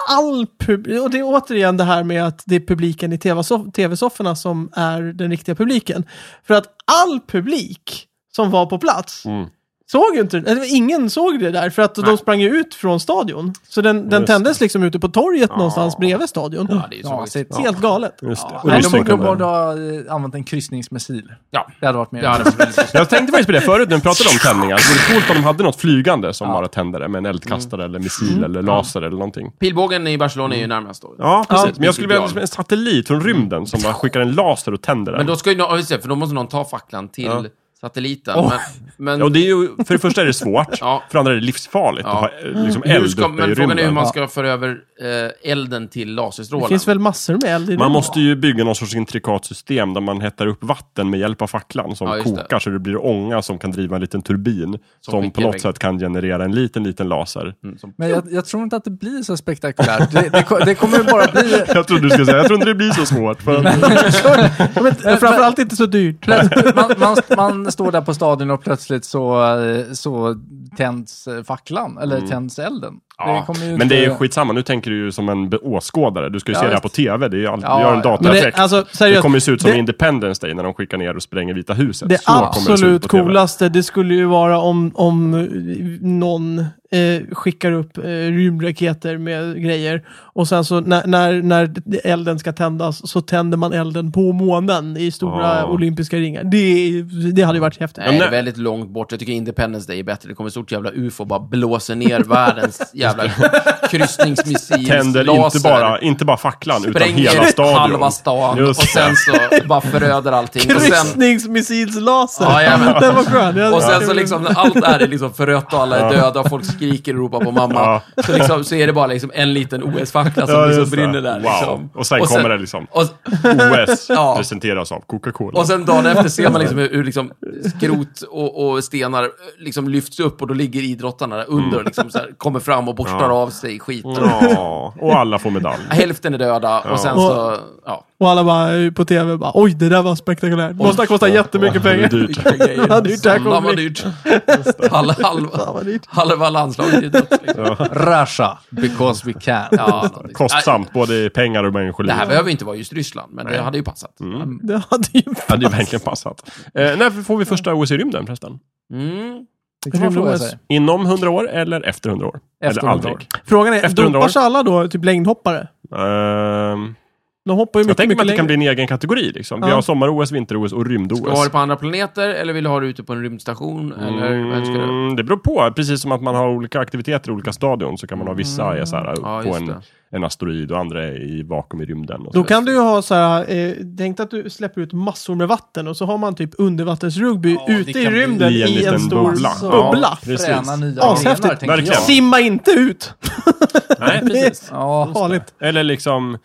S1: all publik, och det är återigen det här med att det är publiken i TV-soff- tv-sofforna som är den riktiga publiken. För att all publik som var på plats
S4: Mm.
S1: såg ju inte, eller ingen såg det där för att de
S2: Nej.
S1: sprang ju ut från stadion. Så den, den
S4: Just
S1: tändes liksom ute på torget någonstans bredvid stadion.
S2: Ja, det är ju
S3: Ja,
S2: så.
S3: sitt.
S1: Det är Helt galet.
S4: Just det.
S3: Ja,
S4: Och
S3: nej,
S4: ryssen
S3: de borde
S4: kommer.
S3: bara ha eh, använt en kryssningsmissil.
S2: Ja.
S3: Det hade varit mer.
S2: Ja, det var väldigt-
S4: Jag tänkte faktiskt på det förut när vi pratade om tändningar. Det vore coolt om de hade något flygande som
S3: Ja.
S4: bara tände det med en eldkastare eller missil eller laser eller någonting.
S2: Pilbågen i Barcelona är ju
S1: Mm.
S2: närmast då.
S4: Ja, precis. Men jag skulle vilja
S2: Ideal.
S4: ha en satellit från rymden som bara skickar en laser och tänder
S2: Men
S4: den.
S2: då ska ju någon, ja, just det, för då måste någon ta facklan till
S4: Ja.
S2: satelliten. Men,
S4: Ja, och
S2: men
S4: det är ju, för det första är det svårt,
S2: Ja.
S4: för det andra är det livsfarligt
S2: Ja.
S4: att ha eh, liksom
S2: hur
S4: eld
S2: ska,
S4: uppe i
S2: men frågan är hur
S4: rymden.
S2: man ska föra över eh, elden till
S1: Det
S2: laserstrålen.
S1: finns väl massor med eld i det.
S4: Man måste ju bygga någon sorts intrikatsystem där man hettar upp vatten med hjälp av facklan som
S2: Ja, just det.
S4: kokar så det blir ånga som kan driva en liten turbin som, på
S2: skickar
S4: något
S2: iväg.
S4: sätt kan generera en liten, liten laser.
S2: Mm, som-
S3: Men jag, jag tror inte att det blir så spektakulärt. Det, det, ko- det kommer ju bara bli...
S4: Jag trodde du skulle säga, jag tror inte det blir så svårt. För att,
S1: Men eh, framförallt inte så dyrt.
S3: Plötsligt, man, man, man står där på stadion och plötsligt så, eh, så tänds eh, facklan, eller tänds elden.
S4: Mm. Ja,
S3: kommer ju
S4: men det är ju
S3: inte-
S4: skitsamma, nu tänker du ju som en be- åskådare. Du ska ju
S3: Ja,
S4: se det här
S3: visst.
S4: på tv, det är ju all...
S3: Ja,
S4: du gör en
S3: ja.
S1: Men
S4: dataeffekt.
S1: det, alltså,
S4: det,
S1: seriöst,
S4: kommer ju se ut som
S1: det-
S4: Independence Day när de skickar ner och spränger Vita huset.
S1: Det
S4: Så kommer se ut på
S1: absolut
S4: TV.
S1: coolaste, det skulle ju vara om, om eh, någon eh, skickar upp eh, rymdraketer med grejer och sen så när, när, när elden ska tändas så tänder man elden på månen i stora
S4: Ja.
S1: olympiska ringar. Det, det hade ju varit häftigt.
S2: Nej, det
S4: nej.
S2: är väldigt långt bort. Jag tycker Independence Day är bättre. Det kommer ett stort jävla ufo och bara blåser ner världens jävla kryssningsmissil.
S4: Tänder inte
S2: laser,
S4: bara, inte bara facklan, utan
S2: spränger
S4: hela stadion.
S2: halva stan
S4: Just
S2: och sen så bara föröder allting. Och sen,
S1: Kryssningsmissilslaser!
S2: Ja, jajamän.
S1: Den var skön. Jag-
S2: och sen så liksom, när allt är liksom förött och alla är döda och folk skriker och ropar på mamma. Så, liksom, så är det bara liksom en liten OS-fackla som
S4: Ja,
S2: liksom
S4: just det.
S2: brinner där.
S4: Wow.
S2: Liksom.
S4: Och sen kommer det liksom.
S2: Och,
S4: OS
S2: Ja.
S4: presenteras av Coca-Cola.
S2: och sen dagen efter ser man liksom hur, hur liksom skrot och, och stenar eh, liksom lyfts upp och då ligger idrottarna där under och liksom så här, kommer fram och borstar
S4: Mm. Ja.
S2: av sig skiten.
S4: Ja, och alla får medalj.
S2: Hälften är döda och sen så... Ja.
S1: Och alla bara eh, på tv bara oj det där var spektakulärt. Måste ha kostat jättemycket
S4: Det är
S1: pengar.
S4: dyrt.
S1: Vad dyrt det här kommer
S2: Fan vad
S1: bli.
S2: dyrt. Halva, halva,
S1: Fan, vad dyrt.
S2: halva landslaget i idrott. Liksom.
S3: Russia, because we can.
S2: Ja, någonting.
S4: Kostsamt, både i pengar och människoliv.
S2: Det här behöver ju inte vara just Ryssland, men det hade ju passat. Mm.
S1: Det hade ju
S4: hade ju verkligen passat. Eh, när får vi första OS i rymden förresten?
S2: Mm.
S3: Det kan man
S1: Rymd-OS.
S3: fråga sig.
S4: Inom 100 år eller efter 100 år?
S3: Efter
S4: eller
S3: 100 år.
S4: aldrig?
S1: Frågan är,
S4: Efter 100
S1: doppas
S4: år.
S1: alla då typ längdhoppare?
S4: Ehm,
S1: De hoppar ju
S4: jag
S1: mycket,
S4: tänker mig
S1: mycket
S4: att det
S1: längre.
S4: kan bli en egen kategori. Liksom. Vi
S1: Ja.
S4: har sommar-OS, vinter-OS och
S2: Ska du ha
S4: rymd-OS.
S2: det på andra planeter eller vill du ha det ute på en rymdstation? Eller vad önskar du?
S4: Mm, det beror på. Precis som att man har olika aktiviteter i olika stadion så kan man ha vissa är så här,
S2: Mm. Ja,
S4: på
S2: just
S4: en,
S2: det.
S4: en asteroid och andra är i vakuum i rymden. Och så.
S1: Då kan du ju ha så här, eh, tänk dig att du släpper ut massor med vatten och så har man typ undervattensrugby
S3: Ja, det
S1: ute i
S3: kan bli-
S1: rymden i en,
S4: liten
S1: stor
S4: bubbla.
S1: bubbla.
S4: Ja, precis.
S3: Träna nya
S1: Ashäftigt.
S3: grenar, tänker
S4: Verkligen.
S3: jag.
S1: Simma inte ut!
S4: Nej,
S1: Det är
S4: precis.
S3: Ja,
S1: Farligt.
S4: Eller liksom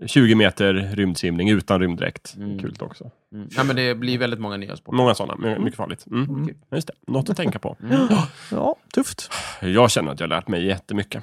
S4: eh, 20 meter rymdsimning utan rymddräkt. Kul också.
S2: Mm. Nej, men det blir väldigt många nya sporter.
S4: Många sådana. My- Mycket farligt. Mm. Just det. Något att tänka på.
S1: Ja, tufft.
S4: Jag känner att jag har lärt mig jättemycket.